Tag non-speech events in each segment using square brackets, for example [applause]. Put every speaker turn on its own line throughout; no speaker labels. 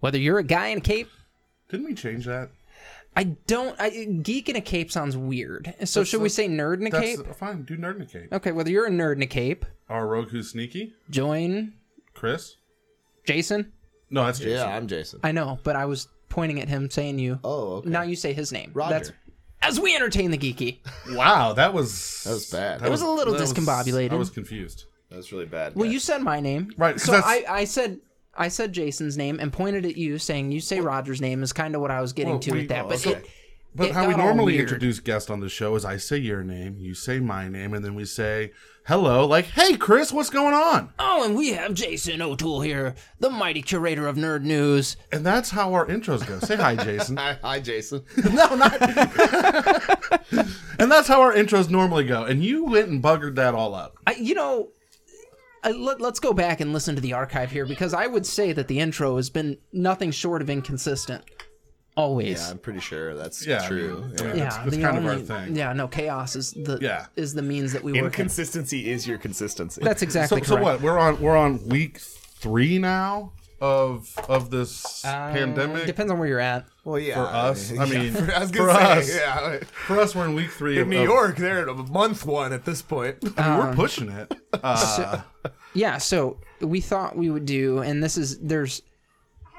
Whether you're a guy in a cape,
Didn't we change that?
I don't. I, geek in a cape sounds weird. So
That's
should we
the-
say nerd in a
That's
cape?
fine. Do nerd in a cape.
Okay, whether you're a nerd in a cape,
Our rogue who's sneaky,
join
Chris.
Jason.
No, that's Jason.
Yeah, I'm Jason.
I know, but I was pointing at him, saying you.
Oh, okay.
Now you say his name.
Roger.
as we entertain the geeky.
Wow, that was
That was bad.
It was a little
that was-
discombobulated.
I was confused.
That's really bad.
Well,
guys.
you said my name,
Right, 'cause
So
that's-
I, I said I said Jason's name and pointed at you, saying you say Roger's name is kind of what I was getting
Well,
to
we-
with that.
oh,
but
okay.
it,
But
it
how we
got all
normally
weird.
introduce guests on the show is I say your name, you say my name, and then we say hello, like, hey, Chris, what's going on?
Oh, and we have Jason O'Toole here, the mighty curator of nerd news.
And that's how our intros go. Say hi, Jason. [laughs]
[laughs] Hi,
[laughs]
hi, Jason.
no, not. [laughs] and that's how our intros normally go. And you went and buggered that all up.
I, you know, I, let, let's go back and listen to the archive here because I would say that the intro has been nothing short of inconsistent. Always.
Yeah, I'm pretty sure that's
Yeah, I
true.
mean,
yeah.
yeah. that's- that's
the
kind of our thing.
Yeah, no, chaos is the
Yeah.
is the means that we work. in.
Inconsistency is your consistency.
That's
So,
exactly
so
correct.
what? We're on we're on week three now of of this
Uh,
pandemic.
depends on where you're at.
well, yeah.
for us, I mean,
yeah. [laughs] I was
for
gonna say,
us. [laughs]
yeah.
For us, we're in week three.
In
of,
New
of-
York, they're at a month one at this point. [laughs]
I mean, we're pushing it. Uh,
yeah so we thought we would do and this is there's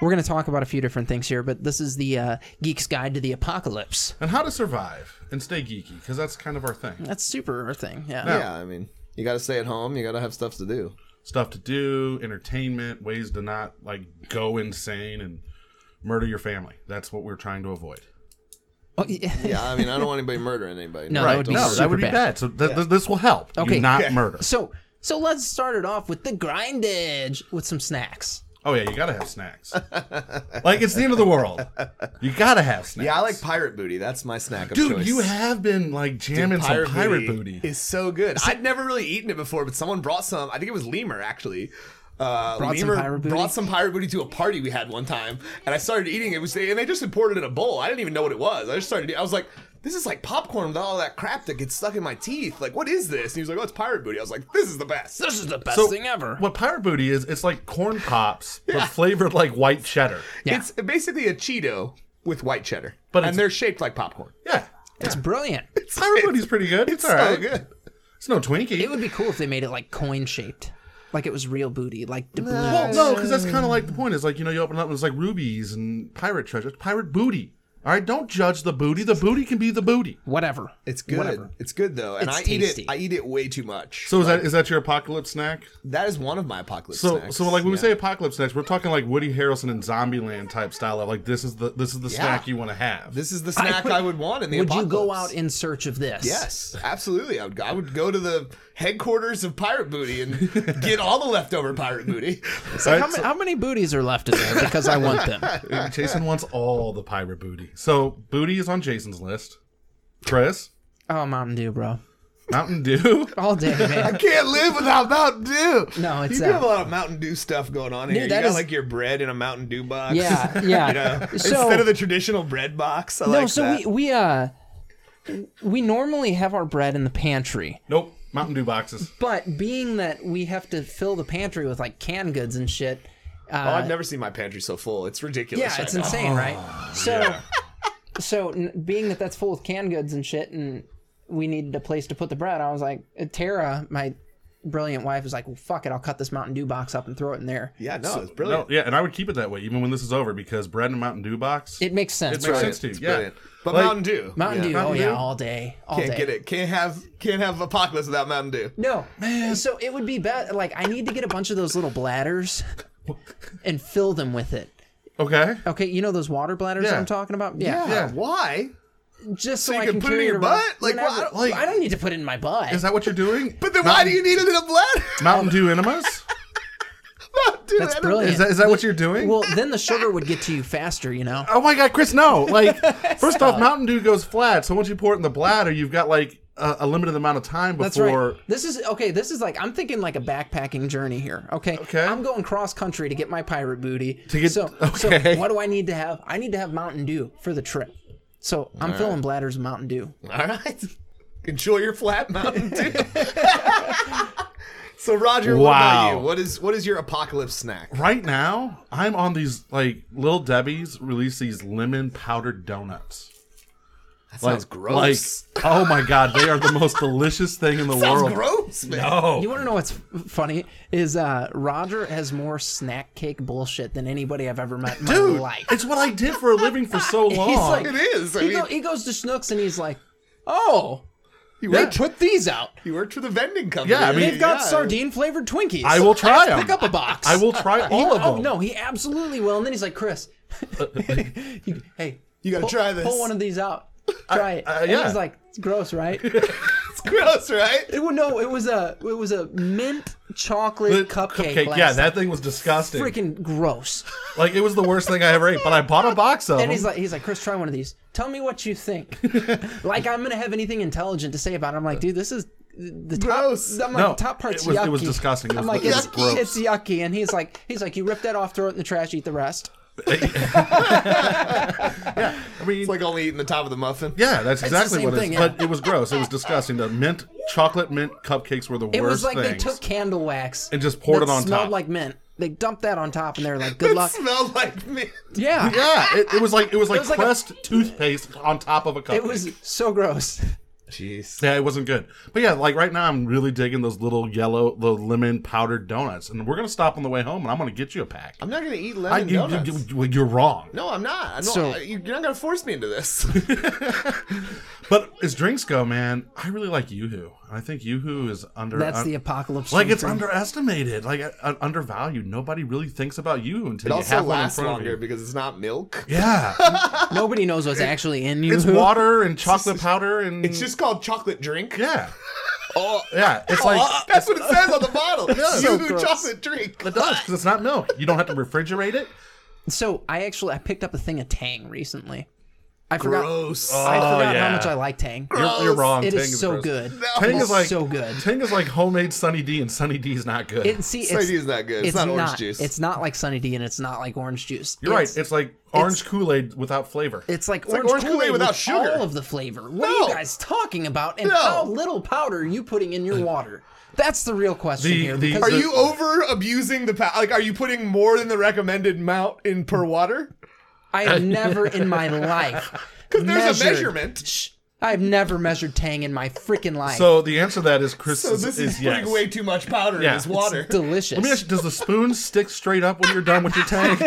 we're going to talk about a few different things here but this is the uh, geek's guide to the apocalypse
and how to survive and stay geeky because that's kind of our thing.
that's super our thing yeah
yeah, I mean, you got to stay at home. You got to have stuff to do.
Stuff to do, entertainment, ways to not like go insane and murder your family. That's what we're trying to avoid.
Oh, yeah.
Yeah, I mean, I don't want anybody murdering anybody.
No, that would be
no,
super
that would be
bad.
bad. So th- th- this will help. You
Okay.
not murder.
so so let's start it off with the grindage with some snacks
Oh yeah, you gotta have
[laughs]
snacks. like it's the end of the world. You gotta have snacks.
Yeah, I like pirate booty. That's my snack of
Dude,
choice.
you have been like jamming some pirate booty.
is so good. I'd never really eaten it before, but someone brought some. I think it was lemur actually. Uh,
Brought some
lemur
pirate booty?
brought some pirate booty to a party we had one time, and I started eating it. Was and they just poured it in a bowl. I didn't even know what it was. I just started. I was like, "This is like popcorn with all that crap that gets stuck in my teeth. Like, what is this?" And he was like, "Oh, it's pirate booty." I was like, "This is the best."
this is the best thing ever
What pirate booty is? It's like corn pops, but flavored like white cheddar.
Yeah.
It's basically a Cheeto with white cheddar,
But it's-
and they're shaped like popcorn.
Yeah,
it's brilliant
pirate booty's pretty good. It's, all right.
So good.
It's no Twinkie.
it would be cool if they made it like coin shaped like it was real booty like the blue
well, no, because that's kind of like the point is like you know you open it up and it's like rubies and pirate treasure, It's pirate booty. All right, don't judge the booty. The booty can be the booty.
whatever
It's good.
whatever
It's good though, and
It's
I
tasty.
eat it. I eat it way too much.
So is that is that your apocalypse snack?
that is one of my apocalypse.
So
snacks.
so like when we
Yeah.
say apocalypse snacks, we're talking like Woody Harrelson and Zombieland type style. Of like this is the this is the snack you want to have.
This is the snack I would, want in the
would
apocalypse.
you go out in search of this
Yes, absolutely. I would. Go, I would go to the headquarters of Pirate
[laughs]
Booty and get all the leftover Pirate Booty. [laughs]
So
Right,
how, many, how many booties are left in there? Because I want them.
[laughs]
Jason wants all the pirate booty. So booty is on Jason's list. Chris,
Oh, Mountain Dew, bro.
Mountain Dew. [laughs]
All day,
[laughs]
man.
Can't live without Mountain Dew.
No, it's
you do
that.
have a lot of Mountain Dew stuff going on here.
Dude,
you
that
got
is-
like your bread in a Mountain Dew box.
Yeah, yeah.
[laughs] You know,
[laughs] So-
instead of the traditional bread box, I
No,
like
so we
that.
we uh we normally have our bread in the pantry,
Nope, Mountain Dew boxes.
but being that we have to fill the pantry with like canned goods and shit,
oh, I've never seen my pantry so full. It's ridiculous.
yeah,
right Oh,
it's
now.
insane, right? So, [laughs] so n- being that that's full of canned goods and shit, and we needed a place to put the bread, I was like, uh, Tara, my brilliant wife, was like, well, fuck it, I'll cut this Mountain Dew box up and throw it in there.
Yeah, no, it's
No,
brilliant.
yeah, and I would keep it that way even when this is over because bread and Mountain Dew box.
It makes sense.
makes
right?
sense to you.
It's
Yeah.
brilliant. But
Like-
Mountain Dew.
Mountain
Yeah.
Dew,
Mountain
oh yeah,
Dew?
all day, all
Can't
day.
get it. Can't have can't have apocalypse without Mountain Dew.
No, So it would be bad. Like I need to get a bunch of those little bladders and fill them with it.
Okay.
Okay, you know those water bladders that
Yeah.
I'm talking about? Yeah.
Yeah.
Why?
Just so,
you
I
can
can
put it in
carry
your
around
butt? Like,
whenever-
why-
I don't,
like-
need to put it in my butt.
Is that what you're doing?
But then why do you need it in a [laughs] bladder?
Mountain Dew enemas?
Mountain Dew
That's
enemas.
brilliant.
Is that is that what you're [laughs] doing?
well, then the sugar would get to you faster, you know.
oh my god, Chris, no.
[laughs]
Like first off, Mountain Dew goes flat, so once you pour it in the bladder, you've got like a, a limited amount of time
That's
before
right. This is okay. This is like I'm thinking like a backpacking journey here. Okay.
Okay.
I'm going cross country to get my pirate booty. To
get-
so,
okay.
so [laughs] what do I need to have? I need to have Mountain Dew for the trip. So I'm filling bladders with Mountain Dew.
[laughs] All right. Enjoy your flat Mountain Dew. So Roger, what about
Wow.
you? What is what is your apocalypse snack?
Right now, I'm on these like little Debbie's release these lemon powdered donuts.
That
Like,
sounds gross.
Like, oh my god, they are the most delicious thing in the
sounds
world.
gross, man.
Oh,
You want to know what's [laughs] f- funny? Is uh, Roger has more snack cake bullshit than anybody I've ever met in my
Dude, [laughs]
life.
it's what I did for a living for so
[laughs]
long.
He's like,
It is, I
he,
mean-
go- he goes to Snooks and he's like, "Oh,
You
they
worked,
put these out.
you worked for the vending company.
Yeah, I mean-
They've got
Yeah.
sardine flavored Twinkies.
I will try
Let's
them.
Pick up a box.
I will
[laughs]
try
He-
all of them.
Oh no, he absolutely will. And then he's like, Chris, [laughs] you- hey,
You gotta
pull,
try this.
Pull one of these out. Try it.
uh,
And
yeah.
he's like, it's gross, right?
It's gross, right?
It, wa- no, it was a it was a mint chocolate cupcake.
Cupcake,
last
yeah,
night.
that thing was disgusting.
freaking gross.
Like it was the worst thing I ever ate. But I
[laughs]
bought a box of
And
them.
he's like, he's like, Chris, try one of these. Tell me what you think.
[laughs]
like I'm gonna have anything intelligent to say about it. I'm like, dude, this is the top.
Gross.
I'm like,
No,
top part's
it was-
yucky.
it was disgusting. It
I'm
was-
like,
it
it's,
was gross.
it's yucky. And he's like, he's like, you rip that off, throw it in the trash, eat the rest. [laughs]
[laughs] I mean,
It's like only eating the top of the muffin.
yeah, that's
the
exactly
same
what it is.
thing, yeah.
But it was gross. It was disgusting. The mint chocolate mint cupcakes were the
It
worst
was like
things.
they took candle wax
and just poured
that
it on
smelled
top.
like mint. They dumped that on top, and they were like, good
It
[laughs]
luck.
smelled like mint.
Yeah.
yeah, it, it was like it
[laughs]
was like
was like a-
pressed toothpaste on top of a cupcake.
It was so gross.
Jeez.
Yeah, it wasn't good. But yeah, like right now, I'm really digging those little yellow, the lemon powdered donuts. And we're gonna stop on the way home, and I'm gonna get you a pack.
I'm not gonna eat
I,
lemon
you,
donuts.
are wrong.
no, I'm not. I don't,
So-
I- you're not gonna force me
[laughs]
into this.
But as drinks go, man, I really like YooHoo. And I think YooHoo is under
That's
un-
the apocalypse.
Uh, like it's
thing.
underestimated, like uh, uh, undervalued. Nobody really thinks about you until
It
you
also
have one in
lasts
front of
longer
you.
because it's not milk.
Yeah,
Nobody knows
[laughs]
what's actually in you.
[laughs]
it's water and chocolate powder and
It's just called chocolate drink.
yeah,
[laughs] Oh,
yeah. It's like
oh, that's what it
[laughs]
says on the bottle.
So
You do
gross.
chocolate drink.
it does because it's not milk. You don't have to refrigerate it.
So I actually I picked up a thing of Tang recently. I forgot.
Gross.
I forgot
Oh, yeah.
how much I like Tang.
You're, you're wrong.
It
Tang
is so
gross.
good.
Tang
It's
is like
so good.
Tang is like homemade Sunny D, and Sunny D is not good.
It, see, it's,
Sunny D is not good. It's not orange juice.
It's not like Sunny D, and it's not like orange juice.
You're
It's,
right. It's like orange Kool Aid without flavor.
it's like
like
orange,
orange
Kool-Aid
Kool-Aid without
with
sugar.
all of the flavor. What are
No.
you guys talking about? And
No.
how little powder are you putting in your water? That's the real question
The-
here.
the-
because
Are
the-
you over abusing the power? Like, are you putting more than the recommended amount in per water?
I have never in my
[laughs]
life because
there's a measurement.
I've never measured Tang in my freaking life.
so the answer to that is Chris
So
is,
this
is
is,
yes.
putting way too much powder
Yeah.
in this water.
delicious.
Let me ask you: Does the
[laughs]
spoon stick straight up when you're done with your tank?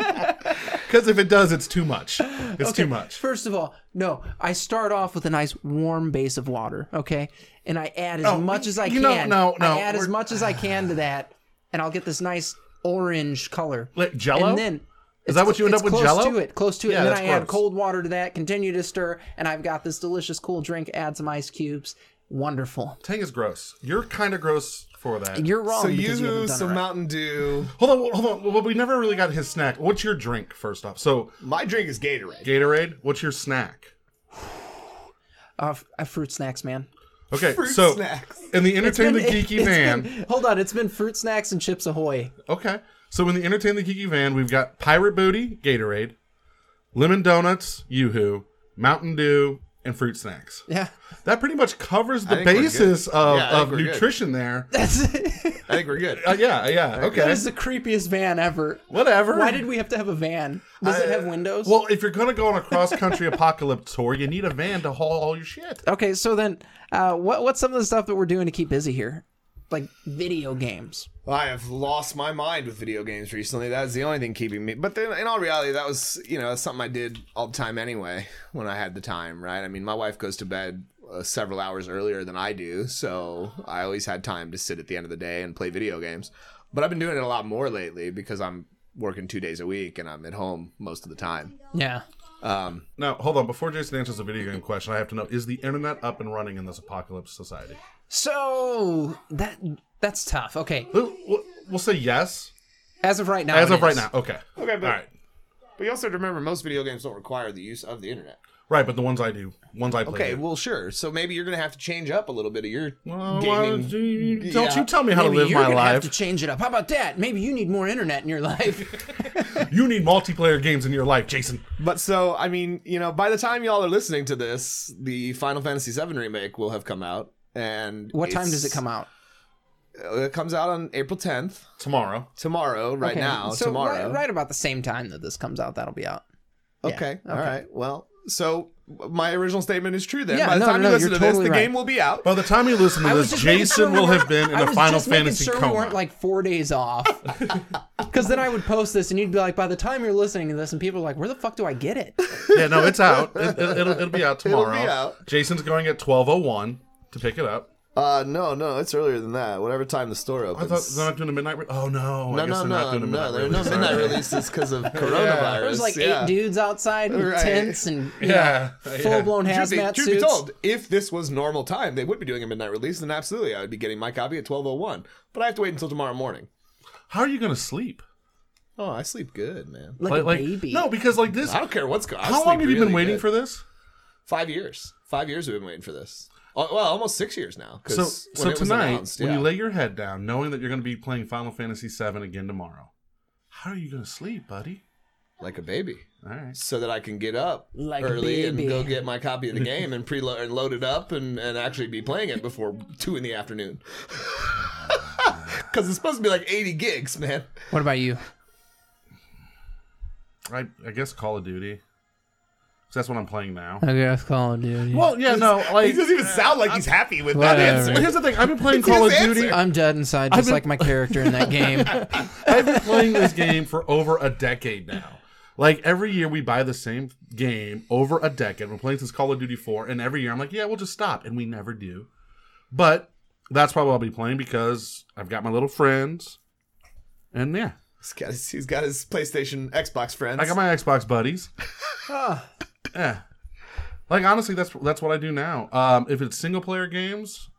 Because if it does, it's too much. It's too much.
First of all, no, I start off with a nice warm base of water, okay? And I add as
Oh,
much as I
you
can.
know- no, no,
I add as
we're-
much as I can to that, and I'll get this nice orange color.
Like Jell-O?
And then
Is that what you end
it's
up with?
Close
Jello?
to it, close to it.
Yeah,
and then I
that's
add
gross.
cold water to that, continue to stir, and I've got this delicious cool drink, add some ice cubes. Wonderful.
Tang is gross. You're kind of gross for that.
You're wrong
So
because you
you
haven't done
some
it right.
Mountain Dew.
hold on, hold on. Well, we never really got his snack. What's your drink first off? So
My drink is Gatorade.
Gatorade. What's your snack?
Uh, f- uh, fruit snacks, man.
Okay,
Fruit
so
snacks.
in the entertain the
Been-
geeky
it's
man.
been- hold on, it's been fruit snacks and chips ahoy. [laughs]
Okay. So in the Entertain the Geeky van, we've got Pirate Booty, Gatorade, Lemon Donuts, Yoo-Hoo, Mountain Dew, and Fruit Snacks.
Yeah.
That pretty much covers the
think we're good.
basis of,
Yeah, I think
of
we're good.
[laughs]
nutrition there.
That's it.
I think we're good.
Uh, yeah, yeah.
That
Okay.
is the creepiest van ever.
Whatever.
Why did we have to have a van? Does it
Uh,
have windows?
Well, if you're going to go on a cross country [laughs] apocalypse tour, you need a van to haul all your shit.
okay, so then, uh, what what's some of the stuff that we're doing to keep busy here? Like video games.
I have lost my mind with video games recently. That's the only thing keeping me. But then, in all reality, that was you know something I did all the time anyway when I had the time, right? I mean, my wife goes to bed uh, several hours earlier than I do, so I always had time to sit at the end of the day and play video games. But I've been doing it a lot more lately because I'm working two days a week and I'm at home most of the time.
Yeah.
Um,
Now, hold on. Before Jason answers the video game question, I have to know is the internet up and running in this apocalypse society?
So that that's tough. Okay,
We'll, we'll- we'll say yes.
as of right now.
As
it
of right
is.
now. Okay.
Okay, but-
All right.
but you also have to remember most video games don't require the use of the internet.
Right, but the ones I do, ones I play.
Okay,
do.
well, sure. So maybe you're gonna have to change up a little bit of your
Well, why
gaming.
don't you- don't
Yeah.
you tell me how
Maybe
to live
you're
my
gonna have
life.
to change it up. How about that? Maybe you need more internet in your [laughs] life.
you need multiplayer games in your life, Jason.
But so, I mean, you know, by the time y'all are listening to this, the Final Fantasy VII remake will have come out. And
what time does it come out?
Uh, It comes out on April 10th
tomorrow.
tomorrow, right
Okay,
now.
so
tomorrow.
Right, right about the same time that this comes out, that'll be out. Yeah,
Okay. All right. Well, so my original statement is true. Then
Yeah,
by the
no,
time
no,
you listen to
you're
this,
totally
the
right.
game will be out.
By the time you listen to
I was
this,
just making sure
Jason
we
will
weren't-
have been in
I
a
was
Final
just making
Fantasy
sure
coma.
We weren't like four days
[laughs]
off. Because then I would post this, and you'd be like, by the time you're listening to this, and people are like, where the fuck do I get it?
yeah, no, it's out. It, will it'll, [laughs] it'll be out
It'll be
tomorrow.
out.
Jason's going at twelve oh one to pick it up.
Uh, no, no, it's earlier than that. Whatever time the store
I
opens.
thought they're not doing a midnight. Re- oh no! I guess
no, no,
they're not
no,
doing a midnight
no. There are
release.
no midnight
Sorry.
releases because of coronavirus.
There
There's like
yeah.
eight dudes outside with
Right.
tents and you
[laughs] Yeah,
know,
yeah.
full blown
Truth be,
hazmat
truth be
suits.
told, if this was normal time, they would be doing a midnight release, then absolutely, I would be getting my copy at twelve oh one. But I have to wait until tomorrow morning.
How are you gonna sleep?
Oh, I sleep good, man.
like, a baby.
No, because like this.
I don't care what's going.
How long have you been waiting for this?
Five years. Five years we've been waiting for this. Oh, well, almost six years now. 'cause
So,
when
so
it was
tonight,
announced,
when
yeah.
you lay your head down, knowing that you're going to be playing Final Fantasy VII again tomorrow, how are you going to sleep, buddy?
like a baby,
All right.
so that I can get up
Like a
early and
baby.
go get my
[laughs]
copy of the game and preload and load it up and, and actually be playing it before two in the afternoon. [laughs] Because it's supposed to be like eighty gigs, man.
What about you?
I, I guess Call of Duty. 'Cause that's what I'm playing now.
I guess Call of Duty.
Well, yeah, no,
He
like
doesn't even sound like he's happy with that
Whatever.
answer.
well, here's the thing. I've been playing Call of
his
Duty.
answer.
I'm dead inside, just
been-
like my character in that [laughs] game.
I've been playing this game for over a decade now. Like every year we buy the same game over a decade. We're playing since Call of Duty 4, and every year I'm like, yeah, we'll just stop, and we never do. But that's why I'll be playing because I've got my little friends, and yeah,
He's got his, he's got his PlayStation, Xbox friends.
I got my Xbox buddies. yeah, like honestly, that's that's what I do now. Um, if it's single player games,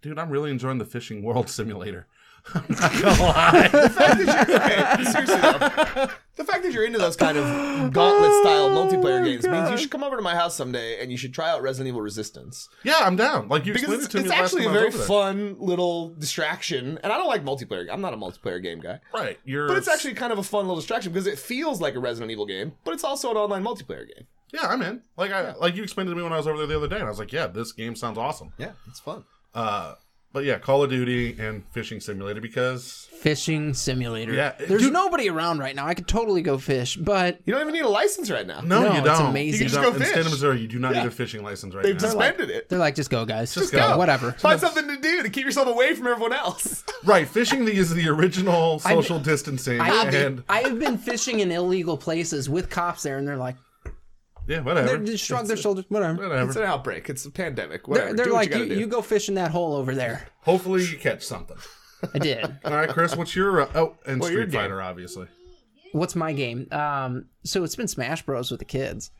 dude, I'm really enjoying the Fishing World [laughs] Simulator. I'm not gonna lie.
Okay, seriously though. The fact that you're into those kind of gauntlet
Oh
style multiplayer games means you should come over to my house someday and you should try out Resident Evil Resistance.
yeah, I'm down. Like you
Because
explained it
it's,
to me
it's
last
actually
time
a
I was
very
over there.
fun little distraction. And I don't like multiplayer. I'm not a multiplayer game guy.
Right, you're.
But it's actually kind of a fun little distraction because it feels like a Resident Evil game, but it's also an online multiplayer game.
yeah, I'm in. Like I like you explained it to me when I was over there the other day, and I was like, yeah, this game sounds awesome.
Yeah, it's fun.
Uh, but yeah, Call of Duty and Fishing Simulator because
Fishing simulator.
Yeah,
There's
dude-
nobody around right now. I could totally go fish, but
You don't even need a license right now.
no,
No,
you
it's
don't.
amazing.
You
You
can
just
don't-
go
in
fish.
the state of Missouri, you do not
Yeah.
need a fishing license right
They've
now.
suspended it.
they're like, just go, guys. Just,
go.
Whatever.
Find something to do to keep yourself away from everyone else. [laughs]
right, fishing the, is the original social distancing, and
I have been fishing in illegal places with cops there, and they're like,
yeah, whatever.
they just shrug their shoulders, whatever.
whatever.
It's an outbreak. It's a pandemic. Whatever.
They're, they're
do what
like,
you
you,
gotta do.
you go fish in that hole over there.
Hopefully, you catch something.
[laughs] I did.
All right, Chris, what's your uh, oh and
Well, your
Street
game.
Fighter, obviously.
what's my game? Um, so it's been Smash Bros with the kids.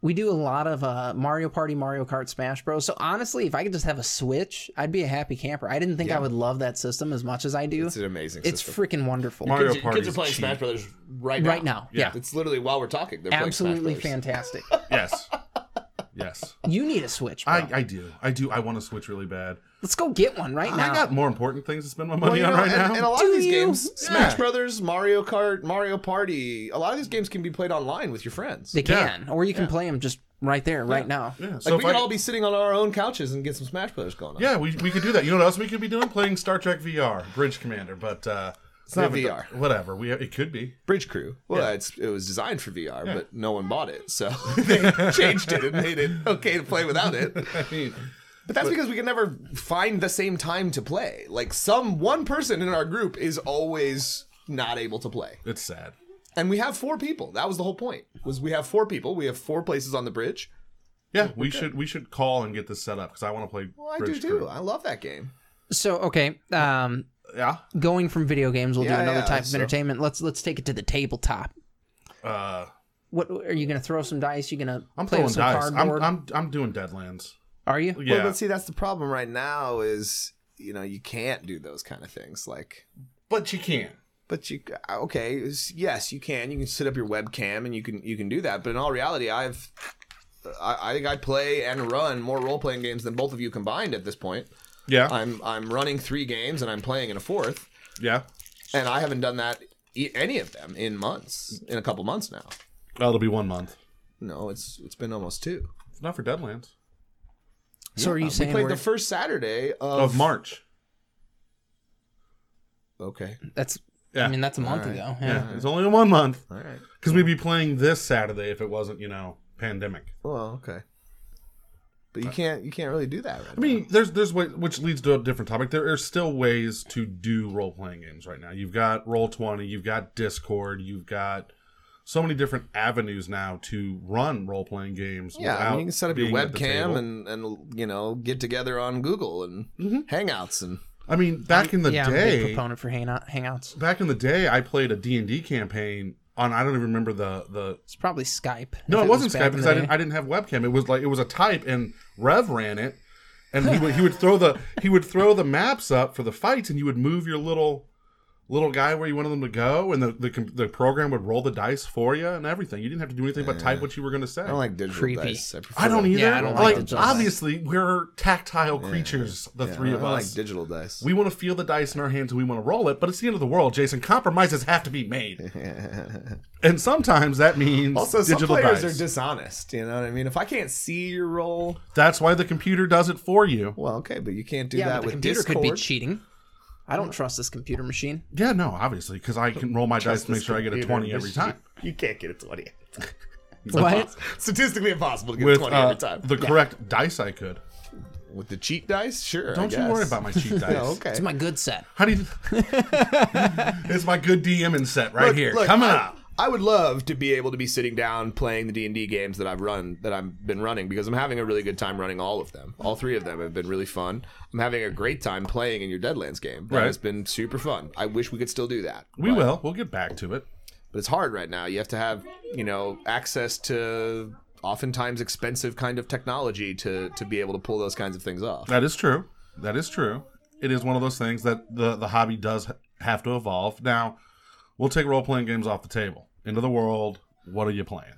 We do a lot of uh, Mario Party, Mario Kart, Smash Bros. So honestly, if I could just have a Switch, I'd be a happy camper. I didn't think I would love that system as much as I do.
It's an amazing
It's
system.
freaking wonderful.
Mario
kids, are- kids
Party's
are playing
cheap.
Smash Brothers right now.
Right now, yeah,
It's literally while we're talking. They're
absolutely
playing Smash Brothers.
fantastic. [laughs]
Yes, yes.
you need a Switch. Bro.
I, I do, I do. I want to switch really bad.
Let's go get one right now.
I got more important things to spend my
Well,
money
you
on
know,
right
and,
now.
and a lot
Do
of these
you?
games,
Yeah.
Smash Brothers, Mario Kart, Mario Party, a lot of these games can be played online with your friends.
they
Like,
Yeah.
can, or you can play 'em play them just right there, right now.
yeah, so
we
if
could
I-
all be sitting on our own couches and get some Smash Brothers going on.
Yeah, we, we could do that. You know what else we could be doing? Playing Star Trek VR, Bridge Commander, but uh, it's
not VR.
whatever, we it could
[laughs]
be.
Bridge Crew. Well, it's, it was designed for VR, but no one bought it, so [laughs] they changed it and made it okay to play without it.
I mean,
But that's because we can never find the same time to play. Like some one person in our group is always not able to play.
it's sad.
And we have four people. That was the whole point. Was we have four people. We have four places on the bridge.
Yeah, we should we should call and get this set up because I want to play
Well, I
Bridge
do too.
Crew.
I love that game.
So okay, um,
Yeah,
going from video games, we'll
Yeah,
do another
yeah,
type of
so-
entertainment. Let's let's take it to the tabletop.
uh,
What are you gonna throw some dice? You gonna
I'm
play
playing
with some
dice. I'm,
cardboard?
I'm I'm doing Deadlands.
Are you?
Yeah,
Well, but see, that's the problem right now. Is you know you can't do those kind of things. Like,
but you can.
but you okay? is- Yes, you can. You can set up your webcam and you can you can do that. But in all reality, I've I, I think I play and run more role playing games than both of you combined at this point.
Yeah,
I'm I'm running three games and I'm playing in a fourth,
yeah.
and I haven't done that e- any of them in months, in a couple months now.
Well, Oh, it'll be one month.
No, it's it's been almost two. Uh,
Not for Deadlands
So are you
We
saying
played
we're,
the first Saturday of,
of March.
Okay.
That's
Yeah.
I mean that's a month
Alright.
ago.
Yeah,
Yeah.
it's only one month
All right.
because we'd be playing this Saturday if it wasn't, you know, pandemic.
Well, okay. But you can't you can't really do that right
Uh, I mean, there's there's way, which leads to a different topic. There are still ways to do role playing games right now. You've got Roll Twenty, you've got Discord, you've got so many different avenues now to run role playing games.
Yeah, I mean,
without
you can set up your
being at the table.
webcam and and you know get together on Google and
Mm-hmm.
Hangouts and
I mean, back in the
yeah, I'm a big
day,
proponent for hangout hangouts.
back in the day, I played a D and D campaign on. I don't even remember the the.
It's probably Skype.
No,
if
it wasn't
was back
Skype
in
because
the
I
day.
didn't. I didn't have webcam. It was like it was a type, and Rev ran it, and he would he would throw the he would throw the maps up for the fights, and you would move your little little guy where you wanted them to go, and the the, com- the program would roll the dice for you and everything. You didn't have to do anything but type what you were going to say.
I don't like digital
Creepy.
dice. I, prefer
I don't either.
Yeah, I don't
like,
like digital dice.
obviously we're tactile creatures, the
Yeah,
three
I
of
don't
us.
like digital dice.
we want to feel the dice in our hands and we want to roll it, but it's the end of the world, Jason. Compromises have to be made. and sometimes that means
also, some
digital
players
dice.
are dishonest. You know what I mean? If I can't see your roll,
That's why the computer does it for you.
well, okay, but you can't do
Yeah,
that
but the
with
computer
Discord.
could be cheating. I don't trust this computer machine.
Yeah, no, obviously, because I can roll my dice to make sure I get a 20 every time.
You can't get a twenty.
What?
Statistically impossible to get a
[laughs] With
twenty
uh,
every time.
the correct dice I could.
with the cheat dice, sure. I
Don't you worry
guess.
about my [laughs] cheat dice.
No, okay.
It's my good set.
How [laughs] do you. it's my good DMing set right
Look-
here.
look,
Coming
I,
up.
I would love to be able to be sitting down playing the D and D games that I've run that I've been running because I'm having a really good time running all of them. All three of them have been really fun. I'm having a great time playing in your Deadlands game. That
Right.
has been super fun. I wish we could still do that.
We
but,
will. We'll get back to it.
but it's hard right now. You have to have you know access to oftentimes expensive kind of technology to to be able to pull those kinds of things off.
That is true. That is true. It is one of those things that the the hobby does ha- have to evolve. Now, we'll take role playing games off the table. Into the world. What are you playing?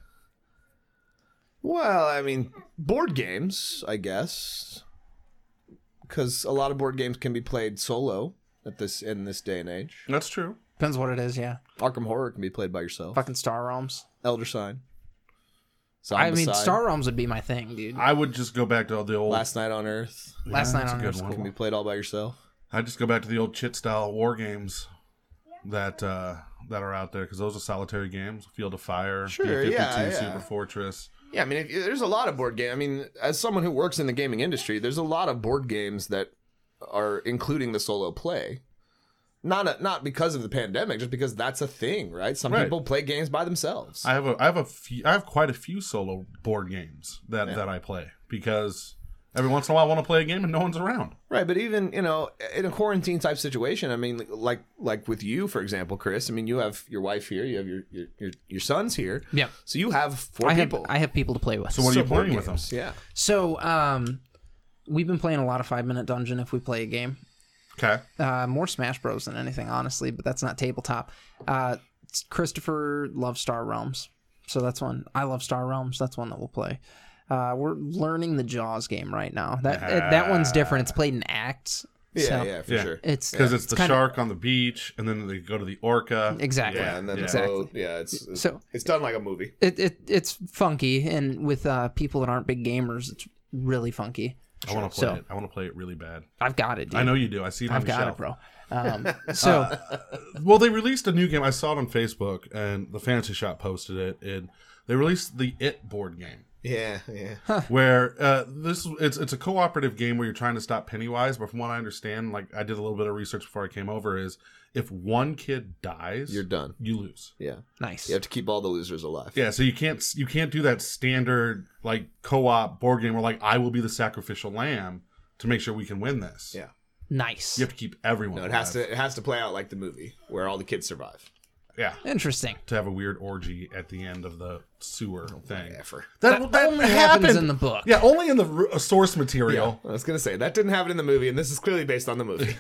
Well, I mean, board games, I guess, because a lot of board games can be played solo at this in this day and age.
That's true.
Depends what it is, yeah.
Arkham Horror can be played by yourself.
Fucking Star Realms.
Elder Sign.
I mean,
Zombicide,
Star Realms would be my thing, dude.
I would just go back to the old.
Last Night on Earth
Yeah,
Last Night
that's
on
a
Earth
good
is
one.
can be played all by yourself.
I just go back to the old chit style war games that uh, that are out there because those are solitary games. Field of Fire,
Sure,
B-52,
yeah, yeah.
Super Fortress.
Yeah, I mean, if, there's a lot of board game. I mean, as someone who works in the gaming industry, there's a lot of board games that are including the solo play. Not a, not because of the pandemic, just because that's a thing, right? Some
Right.
people play games by themselves.
I have a I have a few, I have quite a few solo board games that that I play because every once in a while I want to play a game and no one's around.
Right, but even you know, in a quarantine type situation, I mean, like like with you, for example, Chris. I mean, you have your wife here, you have your your, your, your sons here.
Yeah.
So you have four
I have
people.
I have people to play with.
So what are you
board
playing with them?
games, Yeah.
So, um, we've been playing a lot of five minute dungeon if we play a game.
Okay,
Uh, more Smash Bros than anything, honestly, but that's not tabletop. Uh, it's- Christopher loves Star Realms, so that's one. I love Star Realms. That's one that we'll play. Uh, we're learning the Jaws game right now. That uh, that one's different. It's played in acts.
Yeah,
so
yeah, for
Yeah.
sure.
It's
because it's, the
kinda-
shark on the beach and then they go to the orca.
Exactly.
yeah, and then
yeah.
Exactly.
the boat. Yeah, it's, it's
So-
it's done like a movie.
It, it it's funky, and with uh, people that aren't big gamers, it's really funky.
I want to play
So-
it. I want to play it really bad.
I've got it, dude.
I know you do. I see it on
I've
the
got
shelf.
it, bro.
[laughs]
Um, so
Uh,
Well, they released a new game. I saw it on Facebook, and the Fantasy Shop posted it. And they released the It board
[laughs]
game,
Yeah, yeah.
where uh, this it's it's a cooperative game where you're trying to stop Pennywise. But from what I understand, like I did a little bit of research before I came over, is if one kid dies,
You're done.
you lose.
Yeah,
nice.
you have to keep all the losers alive.
Yeah, so you can't you can't do that standard like co-op board game where like I will be the sacrificial lamb to make sure we can win this.
Yeah.
Nice.
you have to keep everyone.
No, it has
alive.
to it has to play out like the movie where all the kids survive.
Yeah,
Interesting.
to have a weird orgy at the end of the sewer
Oh,
thing.
Effort.
That,
That
that
only
happened.
happens in the book.
Yeah, only in the r- uh, source material,
I was gonna say that didn't happen in the movie, and this is clearly based on the
[laughs]
movie.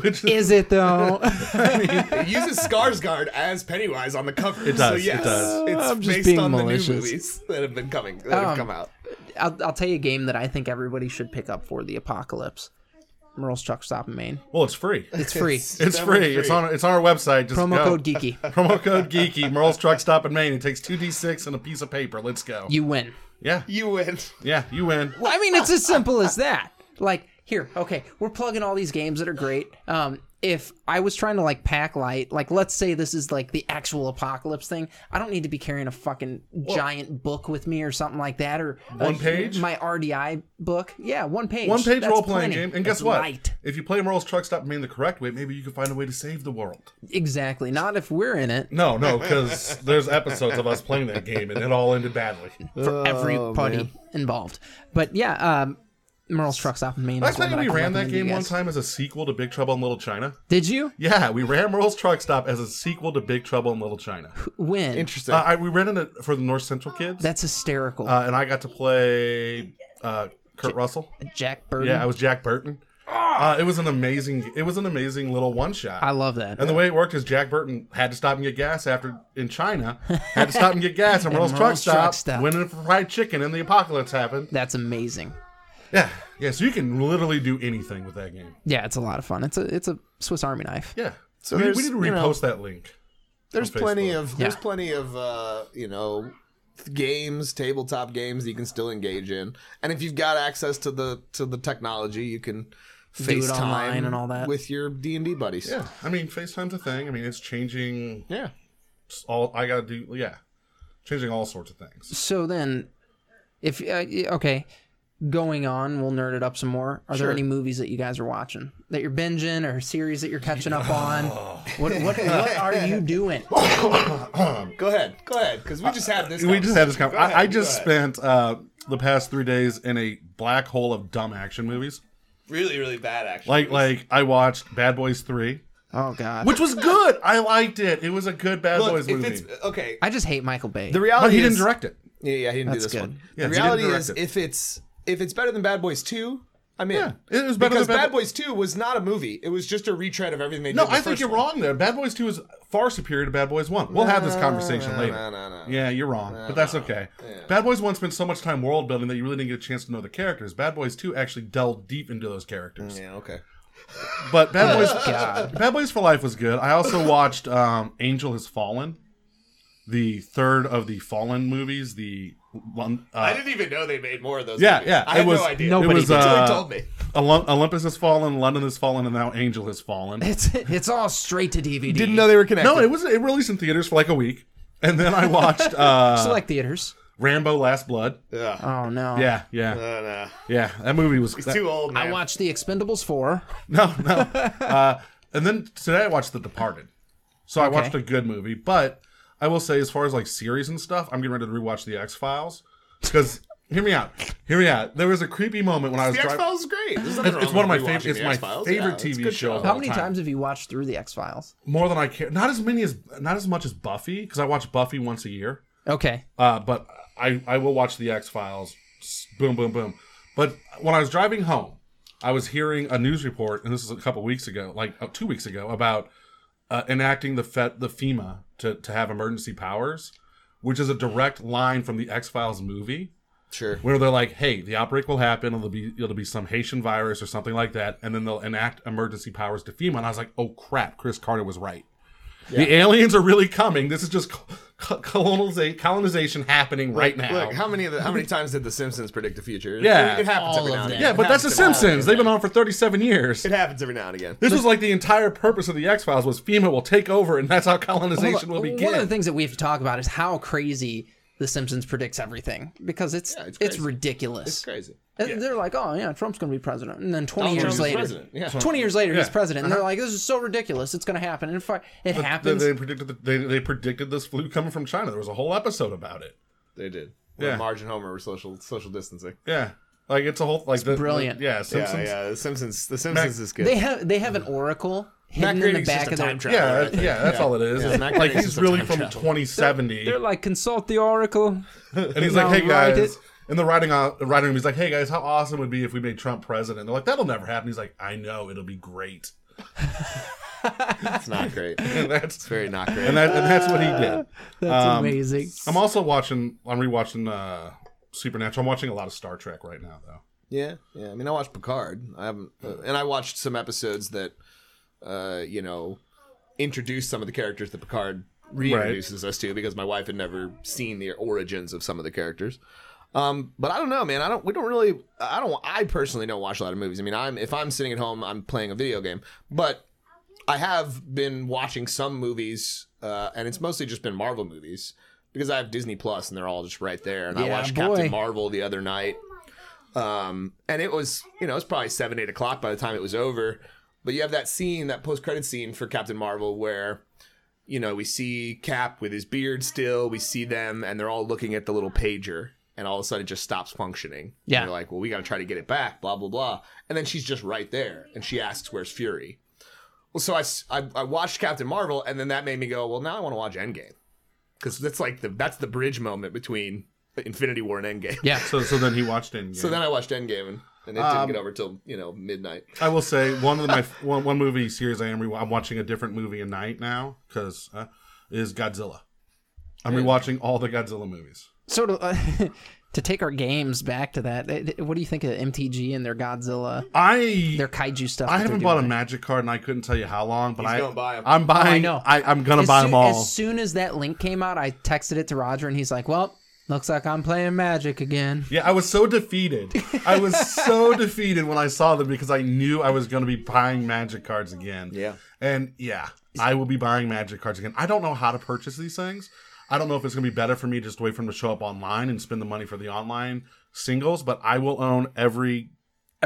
which
Is
is,
it
[laughs]
though?
It uses Skarsgård as Pennywise on the cover.
It does,
So
it
yes,
does.
It's
I'm just
based
being
on
malicious. Um,
the new movies that have been coming that have come out.
I'll, I'll tell you a game that I think everybody should pick up for the apocalypse. Merle's Truck Stop in Maine.
well, it's free.
It's free.
It's
definitely
free.
free.
It's on. It's on our website. Just
Promo
go.
code geeky.
[laughs] Promo code geeky. Merle's truck stop in Maine. It takes two d six and a piece of paper. Let's go.
You win.
yeah,
You win.
yeah. You win.
I mean, it's as simple as that. Like here, okay, we're plugging all these games that are great. Um, if I was trying to like pack light, like let's say this is like the actual apocalypse thing, I don't need to be carrying a fucking giant book with me or something like that, or
One
a-
page?
my RDI book. Yeah, one page.
One page
That's
role playing
plenty.
game, and guess
That's
what?
Light.
If you play Merle's Truck Stop Main the correct way, maybe you can find a way to save the world.
Exactly. Not if we're in it.
No,
[laughs]
no, because there's episodes of us playing that game, and it all ended badly.
for everybody involved. But yeah, um, Merle's trucks off Maine.
I
is one
think we
I can
ran that
recommend to you
game one
guys.
time as a sequel to Big Trouble in Little China.
Did you?
Yeah, we ran Merle's Truck Stop as a sequel to Big Trouble in Little China.
When?
Interesting.
Uh, I, we ran it for the North Central
Oh,
kids,
That's hysterical.
uh, and I got to play uh, Kurt Russell.
Jack Burton.
Yeah, I was Jack Burton. Uh, it was an amazing. It was an amazing little one shot.
I love that.
And the way it worked is Jack Burton had to stop and get gas after in China, had to stop and get
[laughs]
gas, and Merle's truck
Merle's truck
stop,
stop.
went in for fried chicken, and the apocalypse happened.
That's amazing.
Yeah, yeah. So you can literally do anything with that game.
Yeah, it's a lot of fun. It's a it's a Swiss Army knife.
Yeah.
So
we, we
there's,
need to
you know-
repost that link.
there's
on
plenty
Facebook.
of there's
Yeah.
plenty of uh, you know games, tabletop games that you can still engage in, and if you've got access to the to the technology, you can
it online
FaceTime
and all that.
with your D and D buddies.
Yeah, I mean FaceTime's a thing. I mean it's changing
yeah.
all. I gotta do. Yeah, changing all sorts of things.
So then, if uh, y- okay, going on, we'll nerd it up some more. Are there any movies that you guys are watching that you're binging or series that you're catching up on?
[laughs]
what, what what are you doing?
Go ahead, go ahead, because we just had this.
We just had this
conversation.
conversation.
Go ahead,
I, I
go
just
ahead.
spent uh, the past three days in a black hole of dumb action movies.
really, really bad actually.
Like, like I watched Bad Boys Three.
Oh God,
which was good. I liked it. It was a good Bad
Look,
Boys
if
movie.
it's okay,
I just hate Michael Bay.
the reality
But he didn't
is-
direct it.
Yeah, yeah, he didn't do
That's
this
good.
one.
Yeah, he
the
didn't
reality
direct
is,
it.
if it's if it's better than Bad Boys Two, I'm in.
Yeah, it was better
because
than Bad
Bad
Bo-
Boys Two was not a movie; it was just a retread of everything they did.
No,
in the
I think
first
you're
one.
wrong there. Bad Boys Two is far superior to Bad Boys One. We'll have this conversation
no,
later.
no, no, no.
Yeah, you're wrong, but that's okay. Bad Boys One spent so much time world building that you really didn't get a chance to know the characters. Bad Boys Two actually delved deep into those characters.
Yeah, okay.
But Bad
Oh,
Boys, Bad Boys for Life was good. I also watched um, Angel Has Fallen, the third of the Fallen movies. The Lon- uh,
I didn't even know they made more of those.
Yeah,
movies.
yeah.
I
it
had
was,
no idea.
No-
It
Nobody
was,
did.
uh,
Somebody told me.
Olymp- Olympus has fallen, London has fallen, and now Angel has fallen.
It's it's all straight to DVD.
they were connected.
No, it was it released in theaters for like a week, and then I watched uh,
select theaters?
Rambo: Last Blood.
Yeah. Uh,
Oh no.
Yeah, yeah,
No, no.
yeah. That movie was
He's
that-
too old. Man.
I watched The Expendables 4.
no, no. Uh, and then today I watched The Departed, so I watched a good movie. But I will say, as far as like series and stuff, I'm getting ready to rewatch The X Files because hear me out, hear me out. There was a creepy moment when I was
The X
driving.
Files is great. There's nothing
It's, it's
wrong
one of my
with
favorite.
rewatching
It's
The
my
X-Files. Yeah,
favorite
it's a
TV
good
show. of
How
all
many
time.
times have you watched through The X Files?
more than I care. Not as many as not as much as Buffy because I watch Buffy once a year.
Okay.
Uh, but I I will watch the X Files. Boom, boom, boom. But when I was driving home, I was hearing a news report, and this is a couple weeks ago, like uh, two weeks ago, about uh, enacting the FET, the FEMA to to have emergency powers, which is a direct line from the X Files movie
Sure.
where they're like, "Hey, the outbreak will happen. It'll be it'll be some Haitian virus or something like that," and then they'll enact emergency powers to FEMA. And I was like, "Oh crap, Chris Carter was right. The aliens are really coming. This is just co- colonization colonization happening right now."
Look, how many of the, how many times did The Simpsons predict the future? It-
Yeah.
it, happens
All
every
of
now and
them.
again.
yeah,
It
but that's The
happens every now and
Simpsons. They've been on for thirty-seven years.
again. It happens every now and again.
This was like the entire purpose of the X Files was FEMA will take over, and that's how colonization will
One of the
begin.
things that we have to talk about is how crazy The Simpsons predicts everything because it's
it's
it's,
crazy.
ridiculous.
It's crazy.
And They're like, oh yeah, Trump's going to be president, and then twenty
Donald
years
Trump's
later,
president, yeah.
twenty years later, he's
Yeah.
president, and they're like, this is so ridiculous, it's going to happen, and if I, it
They,
happens,
they predicted the, they, they predicted this flu coming from China. There was a whole episode about it.
They did.
Yeah.
When Marge and Homer were social social distancing.
Yeah, like it's a whole like the,
brilliant.
yeah, Simpsons.
Yeah, yeah. The Simpsons. The Simpsons is good.
they have they have an oracle hidden in the
Reading's
back
just a
of their.
time traveler,
Yeah,
I
that-
think.
yeah, that's all it is.
Yeah.
It's
Mac
like
Grady's
he's
a
really
time
from
traveler.
2070,
They're like, consult the oracle.
and he's like,
they're
"Hey
all right,
guys,"
it-
in the writing uh, writing room, he's like, "Hey guys, how awesome would it be if we made Trump president?" They're like, "That'll never happen." He's like, "I know, it'll be great."
It's not great.
And [laughs]
It's
that's
very not great.
and that and that's what he did.
That's
Um,
amazing.
I'm also watching. I'm rewatching uh, Supernatural. I'm watching a lot of Star Trek right now, though.
Yeah, yeah. I mean, I watched Picard. I haven't, uh, and I watched some episodes that, uh, you know, introduced some of the characters that Picard reintroduces us to because my wife had never seen the origins of some of the characters. Um, but I don't know, man. I don't. We don't really. I don't. I personally don't watch a lot of movies. I mean, I'm if I'm sitting at home, I'm playing a video game. But I have been watching some movies, uh, and it's mostly just been Marvel movies because I have Disney Plus, and they're all just right there. And I
Yeah,
watched
boy.
Captain Marvel the other night, um, and it was you know it was probably seven eight o'clock by the time it was over. But you have that scene, that post credit scene for Captain Marvel, where you know we see Cap with his beard still. We see them, and they're all looking at the little pager. And all of a sudden, it just stops functioning.
Yeah.
And they're like, "Well, we got to try to get it back." Blah blah blah. And then she's just right there, and she asks, "Where's Fury?" Well, so I, s- I- I watched Captain Marvel, and then that made me go, well, now I want to watch Endgame because that's like the that's the bridge moment between Infinity War and Endgame.
Yeah.
So so then he watched Endgame.
So then I watched Endgame, and, and it
Um,
didn't get over till you know midnight.
I will say one of my one, one movie series I am re- I'm watching a different movie a night now because uh, is Godzilla. I'm rewatching all the Godzilla movies.
So to, [laughs] to take our games back to that, eh, th- what do you think of MTG and their Godzilla,
I
their kaiju stuff?
I
that
haven't
they're
bought a
doing?
magic card and I couldn't tell you how long, but
He's
I
gonna buy 'em.
I'm buying. I
Oh, know.
I, am gonna
as
buy
soon,
them all.
As soon as that link came out, I texted it to Roger, and he's like, "Well, looks like I'm playing Magic again."
Yeah, I was so defeated.
[laughs]
I was so defeated when I saw them because I knew I was going to be buying magic cards again.
Yeah.
And yeah, I will be buying magic cards again. I don't know how to purchase these things. I don't know if it's going to be better for me just to wait for them to show up online and spend the money for the online singles, but I will own every,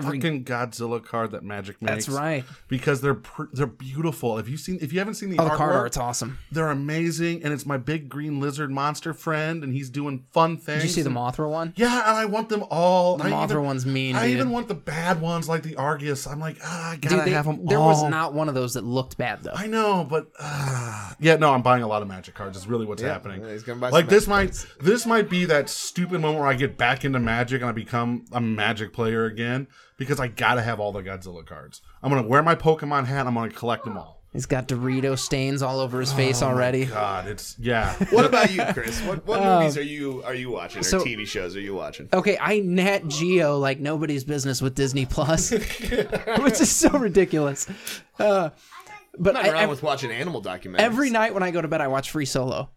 fucking Godzilla card that Magic makes.
That's right.
Because they're pr- they're beautiful. If you seen if you haven't seen the
Oh, the card
artwork,
art's awesome.
they're amazing and it's my big green lizard monster friend and he's doing fun things.
Did you see the Mothra one?
Yeah, and I want them all.
The
I
Mothra
even,
one's mean.
I
dude.
even want the bad ones like the Argus. I'm like, ah, I gotta
Dude, they-
have them
there
all.
was not one of those that looked bad though.
I know, but uh, yeah, no, I'm buying a lot of magic cards. Is really what's happening.
he's gonna buy some
like this might
magic
this might be that stupid moment where I get back into magic and I become a magic player again because I gotta have all the Godzilla cards. I'm gonna wear my Pokemon hat. I'm gonna collect them all.
He's got Dorito stains all over his face already.
Oh God, it's
[laughs]
yeah.
[laughs] What about you, Chris? What what movies are you are you watching or
Um, so-
TV shows are you watching?
Okay, I Nat Geo like nobody's business with Disney
[laughs]
Plus, [laughs] which is so ridiculous. Uh, but
I'm
I-
not wrong
ev-
with watching animal documentaries.
every night when I go to bed, I watch Free Solo.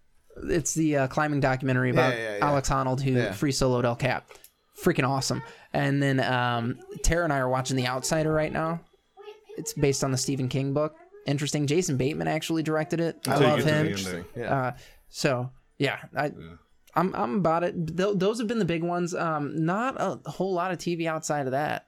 It's the uh, climbing documentary about
yeah, yeah.
Alex Honnold who free soloed El Cap. Freaking awesome. And then um, Tara and I are watching The Outsider right now. It's based on the Stephen King book. Interesting. Jason Bateman actually directed it. I
Until you
love
get to the
him.
end there.
yeah.
Uh, so yeah, I, I'm I'm about it. Th- those have been the big ones. Um, not a whole lot of TV outside of that.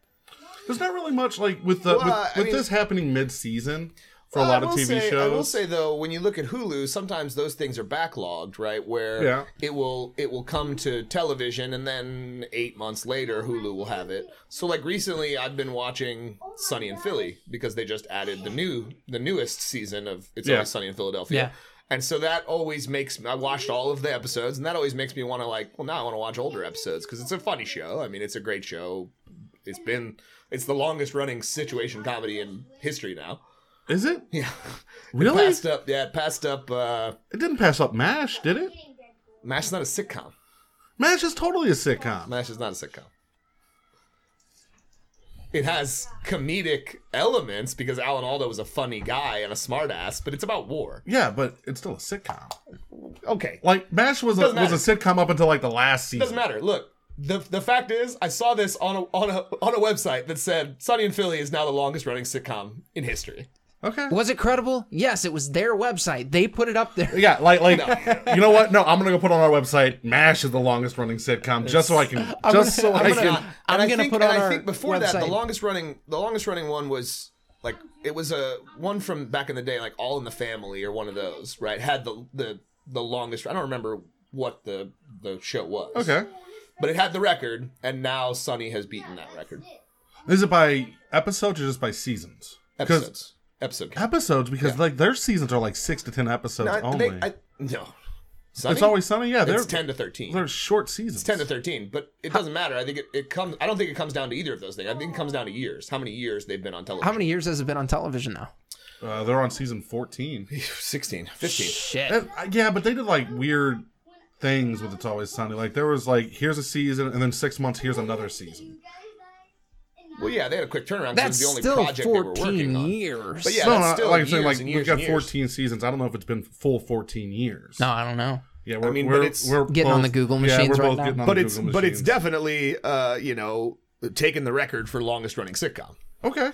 There's not really much like with the
Well, I
with, with
mean-
this happening mid season for
Well,
a lot
I
of
will
TV
say-
shows.
I will say though, when you look at Hulu, sometimes those things are backlogged, right? Where
Yeah.
it will it will come to television, and then eight months later, Hulu will have it. So like recently, I've been watching Sunny in Philly because they just added the new the newest season of It's
Yeah.
Always Sunny in Philadelphia.
Yeah.
And so that always makes me, I watched all of the episodes, and that always makes me want to like, well, now I want to watch older episodes because it's a funny show. I mean, it's a great show. It's been, it's the longest running situation comedy in history now.
Is it
[laughs] Yeah.
really?
Passed up, yeah, it passed up. Uh,
It didn't pass up MASH, did it?
MASH is not a sitcom.
MASH is totally a sitcom.
MASH is not a sitcom. It has comedic elements because Alan Alda was a funny guy and a smartass, but it's about war.
Yeah, but it's still a sitcom.
Okay,
Like MASH was a,
Doesn't
was a sitcom up until like the last
doesn't
season.
matter. Look, the the fact is, I saw this on a on a on a website that said Sonny and Philly is now the longest running sitcom in history.
Okay.
Was it credible? Yes, it was their website. They put it up
[laughs]
there.
Yeah, like like
[laughs]
you know what? No, I'm gonna go put on our website. Mash is the longest running sitcom, just so I
[laughs]
can just so I
I'm
can.
gonna-
Yeah,
I'm
and I
gonna
think,
put
and
on
I
our
think before that, the
website.
longest running, the longest running one was like it was a one from back in the day, like All in the Family or one of those, right? Had the the the longest. I don't remember what the the show was.
Okay.
but it had the record, and now Sonny has beaten that record.
Is it by episodes or just by seasons? 'Cause-
Episodes, episode. count.
Episodes, because like their seasons are like six to ten episodes
I-
only.
they- I- no, Sonny?
it's always sunny. Yeah, they're
it's ten to thirteen.
they're short seasons.
It's 10 to 13 but it doesn't matter i think it, it comes i don't think it comes down to either of those things i think it comes down to years how many years they've been on television
How
[laughs]
many years has it been on television now?
uh, they're on season fourteen.
16 15
Shit.
Uh, yeah, but they did like weird things with It's Always Sunny. Like there was like here's a season, and then six months here's another season.
Well, yeah, they had a quick turnaround. 'cause
That's
it was the only
still
project they were
14
working on.
years.
But yeah,
no,
that's
no,
still
uh, like I'm
years
saying, like
and
we've
years
got
and years.
14 seasons. I don't know if it's been full 14 years.
No, I don't know.
Yeah, we're,
I mean, but
we're,
it's-
we're
Getting
both-
on the Google
yeah,
machines
we're
right
both
now.
getting on
But
the
it's
Google
but it's
machines.
definitely uh, you know taking the record for longest running sitcom.
okay.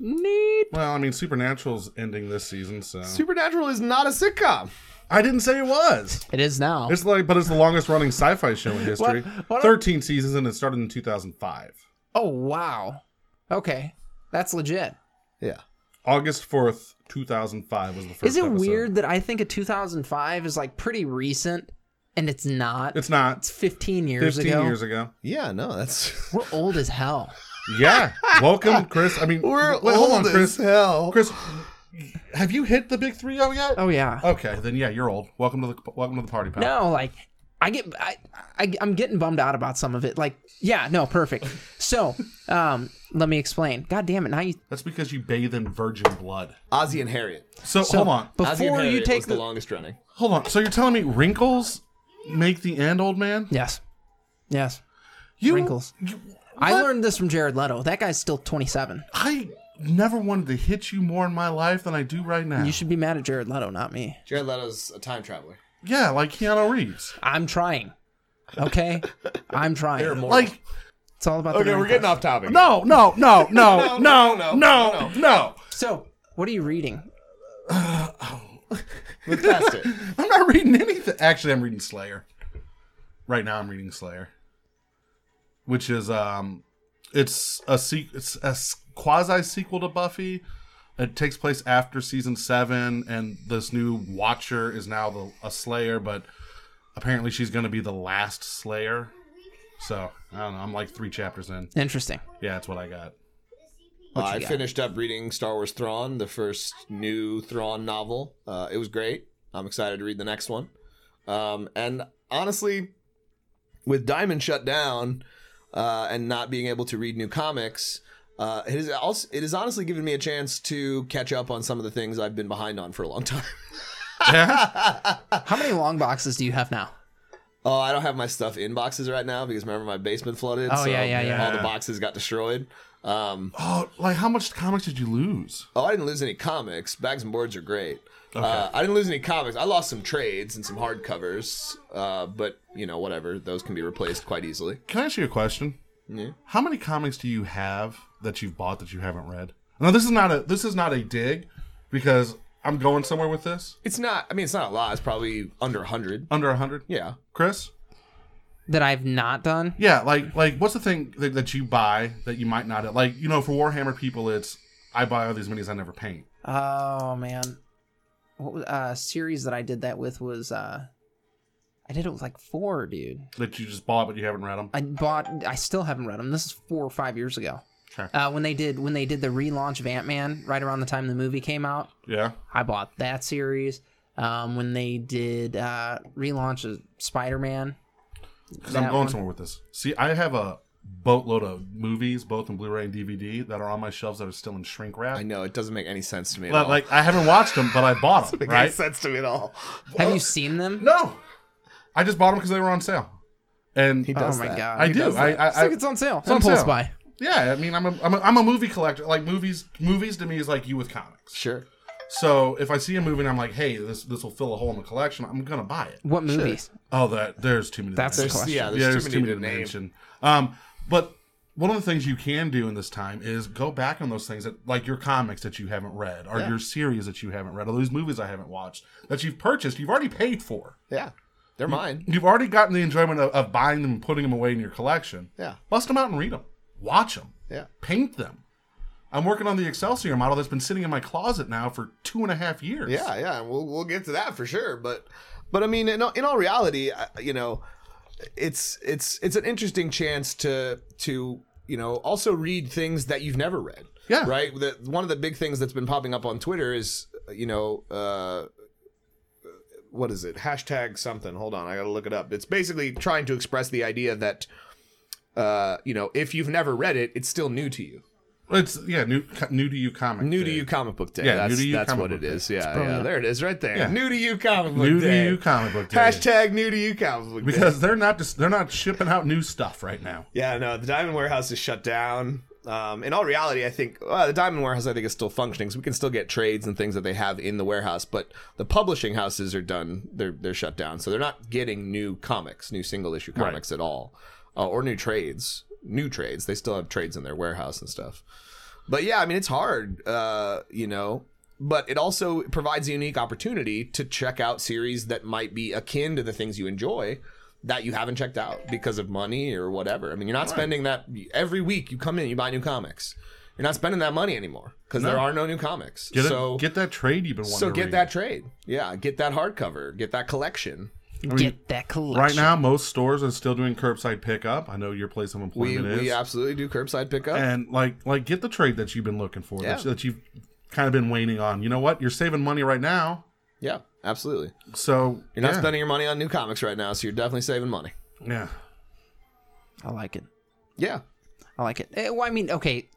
Neat.
Well, I mean, Supernatural's ending this season, so
Supernatural is not a sitcom.
I didn't say it was.
It is now.
It's like, but it's the longest running sci-fi show in history.
[laughs] What- what-
Thirteen seasons, and it started in two thousand five,
oh wow. Okay, that's legit.
Yeah.
August fourth, two thousand five was the first.
Is it
episode.
weird that I think a 2005 is like pretty recent, and it's not?
It's not.
It's 15 years
Fifteen
ago.
years ago.
Yeah, no, that's [laughs]
We're old as hell.
Yeah. Welcome, Chris.
[laughs]
I mean,
we're
wait,
old
hold on,
as
Chris.
hell.
Chris, have you hit the big three zero yet?
Oh yeah.
Okay, then yeah, you're old. Welcome to the welcome to the party, pal.
No, like I get I, I I'm getting bummed out about some of it. Like yeah, no, perfect. So, um, let me explain. God damn it! Now you
That's because you bathe in virgin blood.
Ozzy and Harriet.
So,
so
hold on,
Ozzy and
before
Harriet
you take
was the,
the,
longest running.
hold on. So you're telling me wrinkles make the end old man?
yes, yes.
You,
Wrinkles.
you-
I
what?
learned this from Jared Leto. That guy's still 27.
I never wanted to hit you more in my life than I do right now.
You should be mad at Jared Leto, not me.
Jared Leto's a time traveler.
yeah, like Keanu Reeves.
I'm trying. [laughs] Okay, I'm
They're
trying.
more-
Like
It's all about. The
Okay, we're
wrinkles.
getting off topic.
no, no, no, [laughs] no, no,
No,
no,
no,
no, no.
So, what are you reading?
Look past it.
[laughs] I'm not reading anything. Actually, I'm reading Slayer. Right now, I'm reading Slayer, which is um, it's a se- it's a quasi sequel to Buffy. It takes place after season seven, and this new Watcher is now the, a Slayer, but apparently she's going to be the last Slayer. So I don't know. I'm like three chapters in.
Interesting.
Yeah, that's what I got. [laughs]
Uh, I finished up reading Star Wars Thrawn, the first new Thrawn novel. Uh, it was great. I'm excited to read the next one. Um, and honestly, with Diamond shut down uh, and not being able to read new comics, uh, it, is also, it has honestly given me a chance to catch up on some of the things I've been behind on for a long [laughs] time.
How many long boxes do you have now?
Oh, I don't have my stuff in boxes right now because remember my basement flooded.
Oh,
so
yeah, yeah, yeah.
All the boxes got destroyed. Um,
Oh, like how much comics did you lose?
Oh, I didn't lose any comics. Bags and boards are great. Uh, I didn't lose any comics. I lost some trades and some hardcovers, uh, but you know, whatever. Those can be replaced quite easily.
Can I ask you a question?
Yeah.
How many comics do you have that you've bought that you haven't read? Now this is not a this is not a dig because I'm going somewhere with this.
It's not. I mean, it's not a lot. It's probably under hundred.
Under 100?
Yeah.
Chris?
That I've not done.
Yeah, like like what's the thing that, that you buy that you might not like, you know, for Warhammer people it's I buy all these minis I never paint.
Oh man, what was, uh, series that I did that with was uh, I did it with like four, dude.
That you just bought but you haven't read them.
I bought. I still haven't read them. This is four or five years ago.
Sure.
Uh, when they did when they did the relaunch of Ant Man right around the time the movie came out,
Yeah.
I bought that series. Um, when they did uh, relaunch of Spider Man,
Because I'm
That
going
one.
somewhere with this. See, I have a boatload of movies, both in Blu-ray and DVD, that are on my shelves that are still in shrink wrap.
I know it doesn't make any sense to me. At
But,
all. [laughs]
like I haven't watched them, but I bought them,
Doesn't make any
right?
sense to me at all.
have you seen them?
No, I just bought them because they were on sale. And
He
oh
does
my
that.
god!
I do. I, I,
It's like
I-
it's on sale.
on
on Pulse
sale.
Buy.
yeah. I mean, I'm a, I'm a I'm a movie collector. Like movies, movies to me is like you with comics.
Sure.
So if I see a movie and I'm like, hey, this this will fill a hole in the collection, I'm gonna buy it.
What movies?
Oh, that there's too many.
That's
to
the
mention.
question.
Yeah. There's,
yeah,
too many to name.
mention. Um, but one of the things you can do in this time is go back on those things that, like your comics that you haven't read, or your series that you haven't read, or those movies I haven't watched that you've purchased, you've already paid for.
Yeah. They're mine.
You've already gotten the enjoyment of, of buying them and putting them away in your collection.
Yeah.
Bust them out and read them. Watch them.
Yeah.
Paint them. I'm working on the Excelsior model that's been sitting in my closet now for two and a half years.
Yeah, yeah, and we'll we'll get to that for sure. But but I mean, in all, in all reality, I- you know, it's it's it's an interesting chance to to you know also read things that you've never read.
Yeah.
right. The, one of the big things that's been popping up on Twitter is you know. Uh, what is it? Hashtag something. Hold on, I gotta look it up. It's basically trying to express the idea that, uh, you know, if you've never read it, it's still new to you.
It's yeah, new new to you comic.
New to
day.
you comic book day.
Yeah,
that's,
new to you
that's
comic
what
book
it
day.
is. Yeah, yeah, there it is right there.
Yeah.
New to you comic book
New
day.
to you comic book day.
Hashtag new to you comic
[laughs]
book day.
because they're not just they're not shipping out new stuff right now.
Yeah, no, the Diamond Warehouse is shut down. Um, in all reality, I think uh, the Diamond Warehouse, I think, is still functioning. So we can still get trades and things that they have in the warehouse, but the publishing houses are done. They're they're shut down, so they're not getting new comics, new single issue comics at all, uh, or new trades. New trades. They still have trades in their warehouse and stuff. But yeah, I mean, it's hard, uh, you know. But it also provides a unique opportunity to check out series that might be akin to the things you enjoy that you haven't checked out because of money or whatever. I mean, you're not spending that every week. You come in, you buy new comics. You're not spending that money anymore because there are no new comics.
Get, it,
so
get that trade you've been wanting
so
to
get
read.
that trade. Yeah, get that hardcover. Get that collection.
mean,
Get that collection.
Right now, most stores are still doing curbside pickup. I know your place of
We,
employment is. Eh.
we absolutely do curbside pickup.
and like like get the trade that you've been looking for
Yeah.
that, that you've kind of been waiting on you know what you're saving money right now
yeah, absolutely.
so
You're not
yeah,
spending your money on new comics right now, so you're definitely saving money.
yeah
I like it.
Yeah.
I like it. Eh, Well, I mean, okay.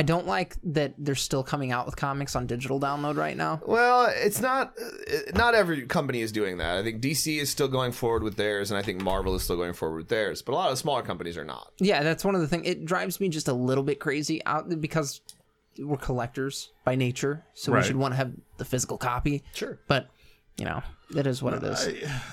I don't like that they're still coming out with comics on digital download right now.
Well, it's not uh, not every company is doing that. I think DC is still going forward with theirs, and I think Marvel is still going forward with theirs. But a lot of smaller companies are not.
Yeah, that's one of the things. It drives me just a little bit crazy out because we're collectors by nature, so
Right.
we should want to have the physical copy.
Sure.
But you know, that is what it is.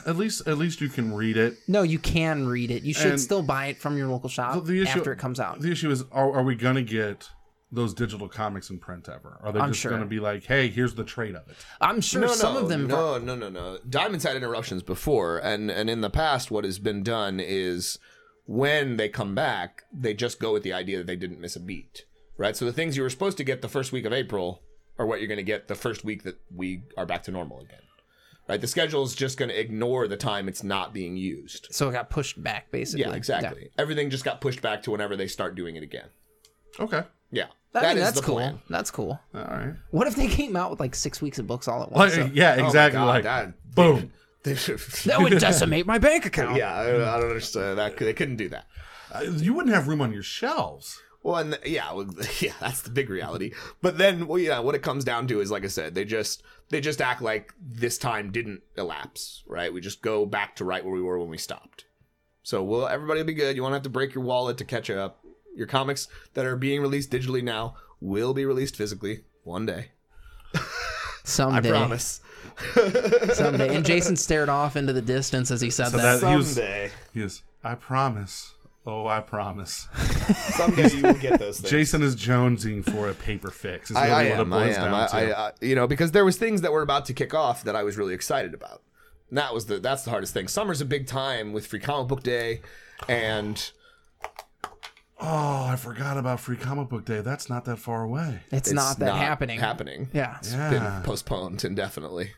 at least at least you can read it
No, you can read it. You should
And-
still buy it from your local shop
the issue
after it comes out.
the issue is are, are we gonna get those digital comics in print ever are they
I'm
just
sure.
gonna be like hey here's the trade of it
I'm sure
No,
some
no,
of them.
No, no, no, no. Diamonds had interruptions before, and and in the past, what has been done is when they come back, they just go with the idea that they didn't miss a beat, right? So the things you were supposed to get the first week of April are what you're going to get the first week that we are back to normal again, right? The schedule is just going to ignore the time it's not being used.
So it got pushed back, basically.
Yeah, exactly. Everything just got pushed back to whenever they start doing it again.
okay
Yeah,
I
That
mean,
is
that's
the
cool.
plan.
That's cool.
all right
What if they came out with like six weeks of books all at
like,
once? so-
yeah
oh my
exactly
God,
like
that-
boom
that would decimate my bank account.
[laughs] yeah, I, I don't understand that. They couldn't do that.
Uh, you wouldn't have room on your shelves
Well, and th- yeah, well, [laughs] yeah, that's the big reality. But then, well, yeah, what it comes down to is, like I said, they just they just act like this time didn't elapse, right? We just go back to right where we were when we stopped. So, well, everybody will be good. You won't have to break your wallet to catch up. Your comics that are being released digitally now will be released physically one day. I
Someday.
promise. [laughs]
Someday. And Jason stared off into the distance as he said
So
that.
that- He was-
Someday,
he is i promise oh i promise
someday you will get [laughs] those things.
jason is jonesing for a paper fix is
I, I
really what it
am. I
boils
am.
down
I,
to.
I, I, you know, because there was things that were about to kick off that I was really excited about. And that was the that's the hardest thing. Summer's a big time with Free Comic Book Day, and
Oh, I forgot about Free Comic Book Day. That's not that far away.
It's, not that happening.
Happening.
Yeah.
Been
Yeah.
postponed indefinitely.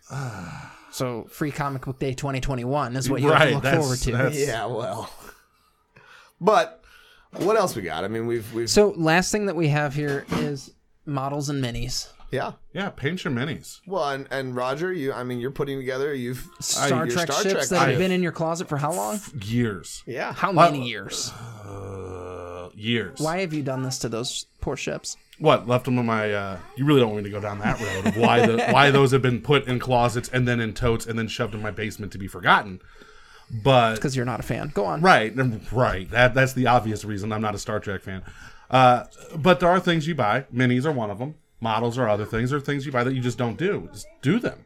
So free comic book day 2021 is what you
Right,
have to look
that's-
forward to.
that's-
Yeah. Well, but what else we got? I mean, we've we've
So last thing that we have here is models and minis.
yeah.
Yeah, paint your minis.
Well, and, and Roger, you. I mean, you're putting together. You've uh,
Star
your
Trek
Star
ships
Trek
that have
ship.
been in your closet for how long?
Years.
yeah.
How many years?
Uh, years.
Why have you done this to those poor ships?
What left them on my? Uh, you really don't want me to go down that road. Of why the why those have been put in closets and then in totes and then shoved in my basement to be forgotten. But
Because you're not a fan. Go on.
Right, and- right. That that's the obvious reason I'm not a Star Trek fan. Uh, but there are things you buy. Minis are one of them. Models are other things. There are things you buy that you just don't do. Just do them.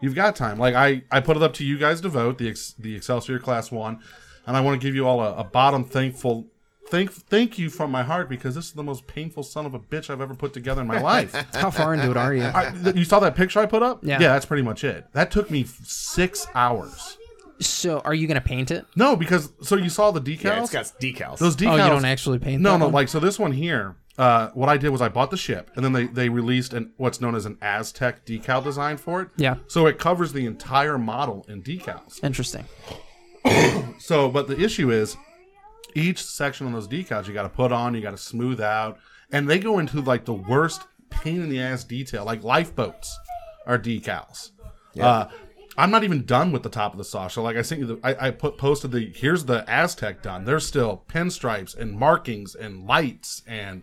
You've got time. Like I, I put it up to you guys to vote the ex, the Excelsior Class One, and I want to give you all a, a bottom thankful. Thank, thank you from my heart because this is the most painful son of a bitch I've ever put together in my
[laughs]
life.
How far into it are you?
I, th- you saw that picture I put up?
Yeah.
Yeah, that's pretty much it. That took me f- six hours.
[laughs] So are you going to paint it?
No, because so you saw the decals.
Yeah, it's got decals.
Those decals.
Oh, you don't actually paint
No,
that
no.
one?
Like so, this one here. Uh, what I did was I bought the ship, and then they they released an what's known as an Aztec decal design for it.
Yeah.
So it covers the entire model in decals.
Interesting.
So, but the issue is, each section on those decals you got to put on, you got to smooth out, and they go into like the worst pain in the ass detail. Like lifeboats are decals. Uh, I'm not even done with the top of the saw. So, like I sent you, the, I, I put posted the here's the Aztec done. There's still pinstripes and markings and lights and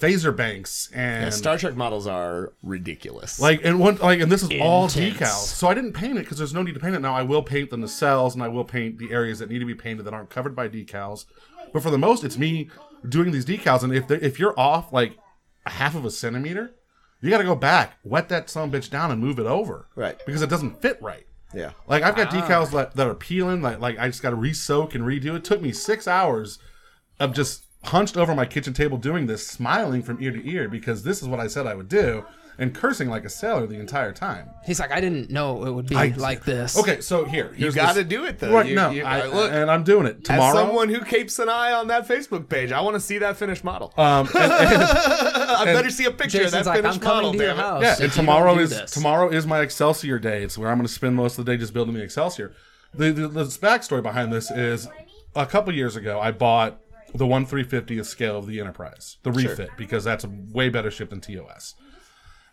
phaser banks and
Star Trek models are ridiculous.
like and one like and this is all
Intense.
decals. So I didn't paint it because there's no need to paint it now. I will paint the nacelles and I will paint the areas that need to be painted that aren't covered by decals. But for the most, it's me doing these decals. And if they- if you're off like a half of a centimeter, you got to go back, wet that some bitch down, and move it over.
Right.
Because it doesn't fit right.
yeah.
Like I've
Ah.
got decals that, that are peeling. Like like I just got to re-soak and redo. It took me six hours of just hunched over my kitchen table doing this, smiling from ear to ear because this is what I said I would do, and cursing like a sailor the entire time.
He's like, I didn't know it would be like this.
Okay, so here, here's
you got to
this-
do it though.
Right,
You-
no,
you-
I,
look,
and I'm doing it
as
tomorrow.
someone who keeps an eye on that Facebook page, I want to see that finished model. [laughs]
um, and- and-
I better see a picture
Jason's
of that
like, I'm
finished model.
coming to your
Damn it.
house.
yeah,
if you
and
don't
tomorrow
do
is
this."
tomorrow is my Excelsior day. It's where I'm going to spend most of the day just building the Excelsior. The, the the backstory behind this is a couple years ago I bought the one three fiftieth scale of the Enterprise, the refit, because that's a way better ship than TOS.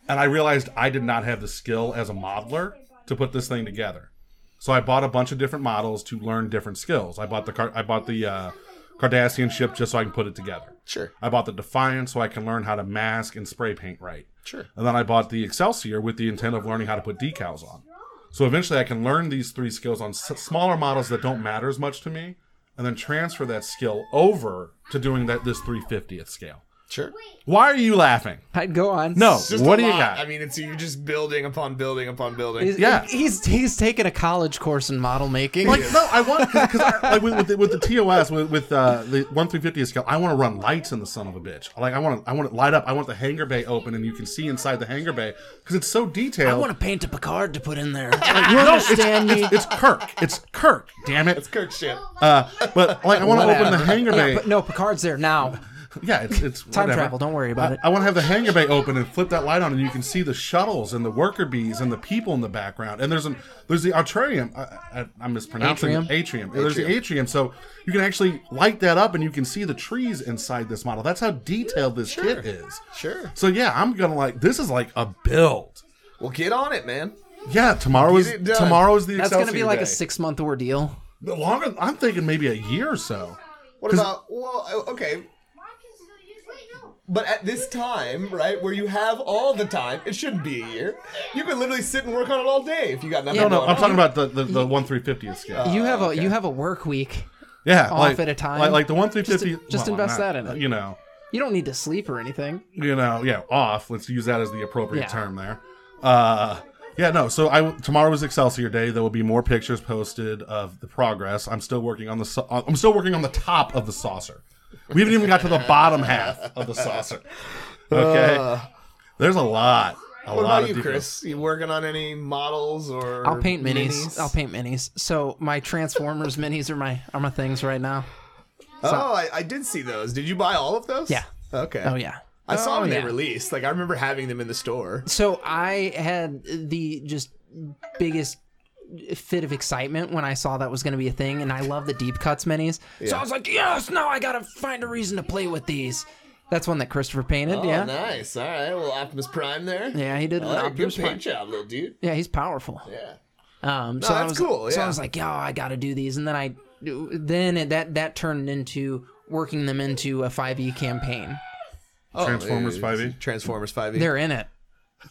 And I realized I did not have the skill as a modeler to put this thing together. So I bought a bunch of different models to learn different skills. I bought the Car- I bought the uh, Cardassian ship just so I can put it together.
Sure.
I bought the Defiant so I can learn how to mask and spray paint right.
Sure.
And then I bought the Excelsior with the intent of learning how to put decals on. So eventually I can learn these three skills on s- smaller models that don't matter as much to me and then transfer that skill over to doing that this 350th scale.
Sure.
Why are you laughing?
I'd go on.
No.
It's just
what
a
do you
lot.
got?
I mean, it's you're just building upon building upon building.
He's,
Yeah.
he's he's taking a college course in model making.
like no, I want because like with, with, the, with the TOS with, with uh, the one three fifty scale, I want to run lights in the son of a bitch. Like I want to, I want it light up. I want the hangar bay open, and you can see inside the hangar bay because it's so detailed.
I want to paint a Picard to put in there. Like, you understand me?
it's Kirk. It's Kirk. Damn it.
It's Kirk shit.
Uh, but like, I want to open the
Whatever.
hangar
Yeah, [laughs]
bay.
but no, Picard's there now.
Yeah, it's it's
Time
whatever.
travel, don't worry about
I-
it.
I want to have the hangar bay open and flip that light on, and you can see the shuttles and the worker bees and the people in the background. And there's an there's the atrium. I, I, I'm mispronouncing
Atrium?
it. atrium. There's the atrium, so you can actually light that up, and you can see the trees inside this model. That's how detailed this kit is.
Sure.
So yeah, I'm gonna like this is like a build.
Well, get on it, man.
Yeah, tomorrow is
Get it done.
tomorrow is the
That's
going
gonna be like a six month ordeal.
longer. I'm thinking maybe a year or so.
What about? Well, uh, okay. But at this time, right, where you have all the time, it shouldn't be a year. You can literally sit and work on it all day if you got nothing.
No, no,
going
I'm
on.
talking about the the, the one three fifty scale.
You have a you have a work week.
yeah,
off at a time.
Like, like the one three fifty.
just invest that in it.
You know,
You don't need to sleep or anything.
you know, yeah, off. Let's use that as the appropriate
Yeah.
term there. Uh, yeah, no. So I tomorrow is Excelsior Day. There will be more pictures posted of the progress. I'm still working on the. sa- uh, I'm still working on the top of the saucer. We haven't even got to the bottom half of
[laughs]
the saucer.
Uh,
Okay, there's a lot. A
What
lot
about
of
you,
detail.
Chris? You working on any models or?
I'll paint minis. I'll paint minis. So my Transformers [laughs] minis are my are my things right now.
Oh, I, I did see those. Did you buy all of those?
Yeah.
Okay.
Oh yeah.
I
Oh,
saw them when
yeah.
they released. Like I remember having them in the store.
So I had the just biggest fit of excitement when I saw that was going to be a thing, and I love the deep cuts minis. So I was like, yes, now I gotta find a reason to play with these. That's one that Christopher painted. yeah,
Oh, nice. All right. Well, Optimus Prime there.
yeah, he did an
All right, good
Optimus Prime.
paint job, little dude.
Yeah, he's powerful.
Yeah.
Um, so I was,
that's cool,
So I
yeah.
was like, "Yo, I got to do these," and then I, then it, that that turned into working them into a 5e campaign.
Oh,
Transformers E.
it's
5e.
Transformers 5e.
They're in it.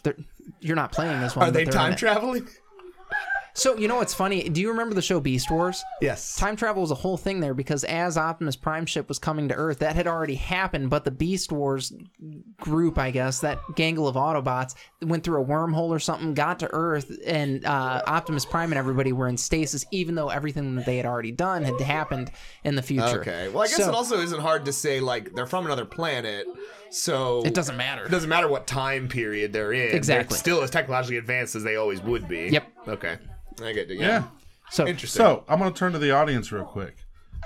They're, you're not playing this one.
Are
but
they
they're in
time
it. [laughs]
traveling?
So you know what's funny? Do you remember the show Beast Wars?
Yes.
Time travel was a whole thing there because as Optimus Prime ship was coming to Earth, that had already happened. But the Beast Wars group, I guess, that gangle of Autobots went through a wormhole or something, got to Earth, and uh, Optimus Prime and everybody were in stasis, even though everything that they had already done had happened in the future.
Okay. Well, I guess
So,
it also isn't hard to say like they're from another planet, so
it doesn't matter.
It doesn't matter what time period they're in. they're
Exactly.
still as technologically advanced as they always would be.
Yep.
Okay. I get it.
Yeah.
Yeah.
so
Interesting.
So I'm going to turn to the audience real quick.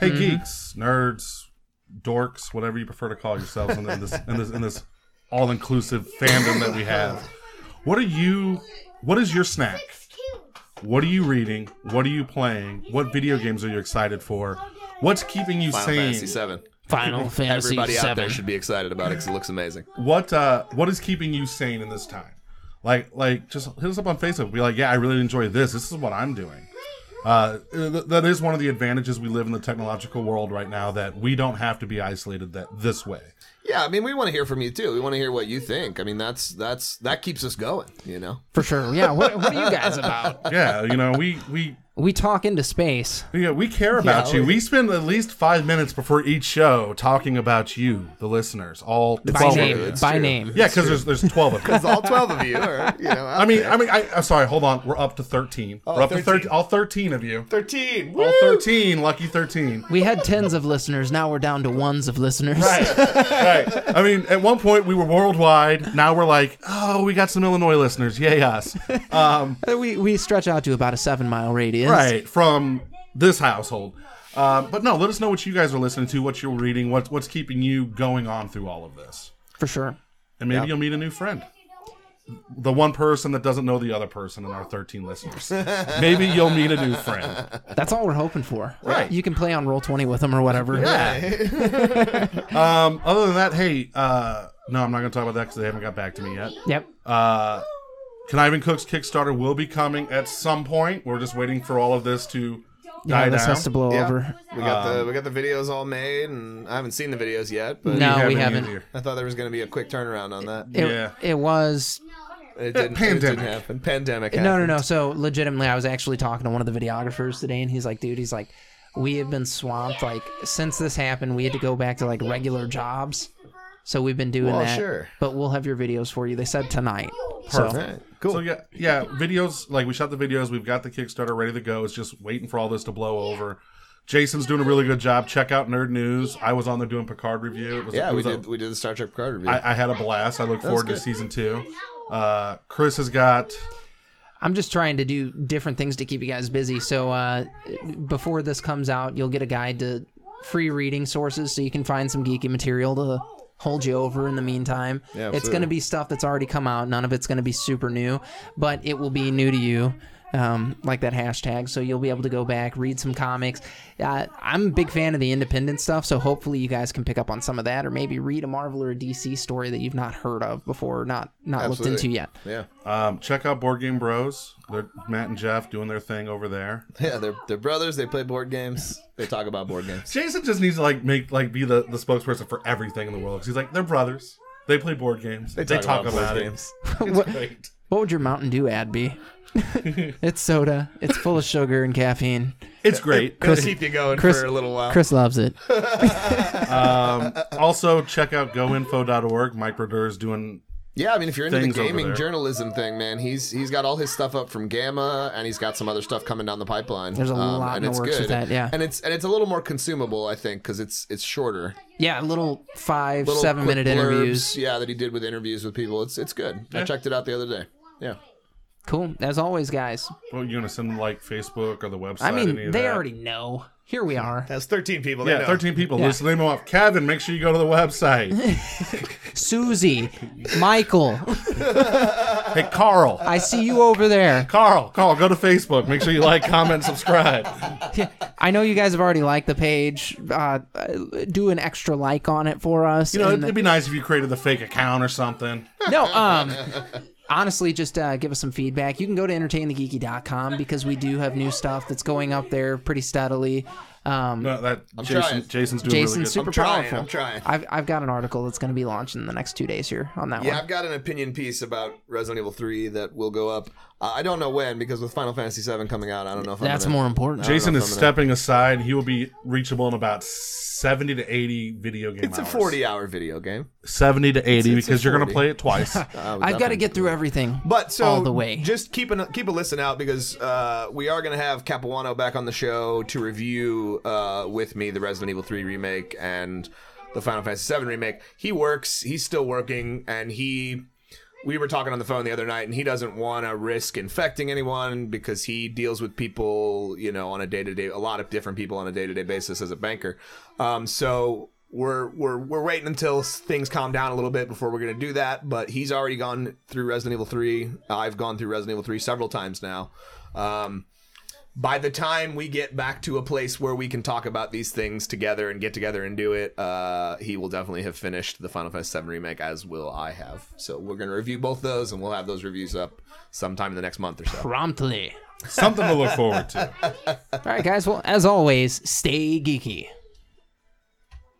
Hey,
Mm-hmm.
geeks, nerds, dorks, whatever you prefer to call yourselves in this in this in this all-inclusive fandom that we have. What are you? What is your snack? What are you reading? What are you playing? What video games are you excited for? What's keeping you
Final Fantasy
sane?
Seven.
Final Fantasy
[laughs] Everybody out there
Seven.
should be excited about it 'cause it looks amazing.
What uh, what is keeping you sane in this time? Like like just hit us up on Facebook. Be like, yeah, I really enjoy this. This is what I'm doing. Uh, th- that is one of the advantages we live in the technological world right now that we don't have to be isolated that this way.
Yeah, I mean, we want to hear from you too. We want to hear what you think. I mean, that's that's that keeps us going. You know.
For sure. Yeah. What, what are you guys about?
Yeah, you know, we we
[laughs] We talk into space.
Yeah, we care about you.
we-
We, spend at least five minutes before each show talking about you, the listeners, all
By
twelve of
name.
you.
it's
By
true.
name.
Yeah, because there's there's twelve of
[laughs]
them.
It's all twelve of you. Or, you know,
I mean, I mean, I, I'm sorry. Hold on, we're up to thirteen. we're up to
13.
thirteen. All thirteen of you.
[laughs] thirteen.
All
Woo!
thirteen, lucky thirteen.
We had tens of listeners. Now we're down to ones of listeners.
right. I mean, at one point we were worldwide. Now we're like, oh, we got some Illinois listeners. Yay us!
[laughs] we we stretch out to about a seven mile radius.
right from this household. Uh, but no, let us know what you guys are listening to, what you're reading, what's what's keeping you going on through all of this,
For sure.
and maybe you'll meet a new friend. The one person that doesn't know the other person in our 13 listeners. Maybe you'll meet a new friend.
That's all we're hoping for.
Right.
You can play on roll twenty with them or whatever.
Yeah. [laughs] um, other than that, hey, uh, no, I'm not going to talk about that because they haven't got back to me yet.
Yep.
Uh, Conniving Cook's Kickstarter will be coming at some point. We're just waiting for all of this to die
Yeah, this
down.
has to blow
Yeah.
over.
We got
Um,
the we got the videos all made, and I haven't seen the videos yet, but
No, we
any
haven't.
idea.
I thought there was going to be a quick turnaround on that.
It,
Yeah.
it was
It didn't. Pandemic. It
pandemic.
didn't happen. Pandemic.
no no
happened.
no. So legitimately, I was actually talking to one of the videographers today, and he's like, "Dude, he's like, we have been swamped. Like since this happened, we had to go back to like regular jobs." So we've been doing
Well,
that,
sure.
but we'll have your videos for you. They said tonight.
All
So
right, cool.
So yeah, yeah, videos like we shot the videos, we've got the Kickstarter ready to go. It's just waiting for all this to blow over. Jason's doing a really good job. Check out Nerd News. I was on there doing Picard review. It was,
yeah,
it
we
was a-
did we did the Star Trek card review.
I, I had a blast. I look forward to
good.
season two. Uh, Chris has got
I'm just trying to do different things to keep you guys busy. So uh, before this comes out, you'll get a guide to free reading sources so you can find some geeky material to hold you over in the meantime.
Yeah,
it's going to
absolutely.
be stuff that's already come out. None of it's going to be super new, but it will be new to you. Um, like that hashtag, so you'll be able to go back, read some comics. Uh, I'm a big fan of the independent stuff, so hopefully you guys can pick up on some of that, or maybe read a Marvel or a DC story that you've not heard of before, not not looked into
Absolutely.
yet.
yeah,
um, check out Board Game Bros. They're Matt and Jeff doing their thing over there.
yeah. They're they're brothers. They play board games. They talk about board games.
Jason just needs to like make like be the, the spokesperson for everything in the world. 'Cause He's like they're brothers. They play board games. They talk, about,
board
it.
games. [laughs]
What-
Great.
What would your Mountain Dew ad be? it's soda. It's full of sugar and caffeine.
It's great.
It'll keep you going
Chris-
for a little while.
Chris loves it.
Um, also, check out goinfo.org. Mike Roder is doing.
Yeah, I mean, if you're into the
things over
gaming
there.
journalism thing, man, he's he's got all his stuff up from Gamma, and he's got some other stuff coming down the pipeline. um,
There's a lot in
and
the
it's
works with that, yeah.
and it's and it's a little more consumable, I think, because it's it's shorter.
Yeah, little five,
Little
seven
quick
minute
blurbs,
interviews.
yeah, that he did with interviews with people. It's it's good. I
Yeah.
checked it out the other day. Yeah,
Cool. As always, guys.
Well, you're gonna send them like Facebook or the website.
I
any
mean,
of
they
that.
already know. Here we are.
that's 13 people.
Yeah, thirteen people. List the name off. Kevin, make sure you go to the website.
[laughs] Susie, Michael,
hey, Carl.
I see you over there.
Carl, Carl, go to Facebook. Make sure you like,
[laughs]
comment, subscribe.
Yeah, I know you guys have already liked the page. Uh, do an extra like on it for us.
You know,
and-
it'd be nice if you created a fake account or something.
no, um, honestly, just uh, give us some feedback. You can go to entertainthegeeky.com because we do have new stuff that's going up there pretty steadily. Um,
No, that Jason,
trying.
Jason's doing
Jason's
really good.
super
I'm trying,
powerful.
I'm trying.
I've, I've got an article that's going to be launched in the next two days here on that
Yeah,
one.
I've got an opinion piece about Resident Evil 3 that will go up. Uh, I don't know when because with Final Fantasy 7 coming out, I don't know if
That's
I'm
more important.
Jason
know
is
if I'm gonna-
stepping aside. He will be reachable in about seventy to eighty video game.
It's a
hours.
40 hour video game.
70 to 80
it's a
because you're going to
40.
play it twice.
[laughs] I would
I've got to
definitely-
get through everything.
But so
all the way.
just keep an keep a listen out because uh, we are going to have Capuano back on the show to review uh, with me the Resident Evil 3 remake and the Final Fantasy 7 remake. He works, he's still working and he we were talking on the phone the other night and he doesn't want to risk infecting anyone because he deals with people, you know, on a day-to-day a lot of different people on a day-to-day basis as a banker. Um, so we're we're we're waiting until s- things calm down a little bit before we're going to do that. But he's already gone through Resident Evil three. I've gone through Resident Evil three several times now. Um, by the time we get back to a place where we can talk about these things together and get together and do it, uh, he will definitely have finished the Final Fantasy VII remake, as will I have. So we're going to review both those, and we'll have those reviews up sometime in the next month or so.
Promptly.
Something to look forward to.
All right, guys. Well, as always, stay geeky.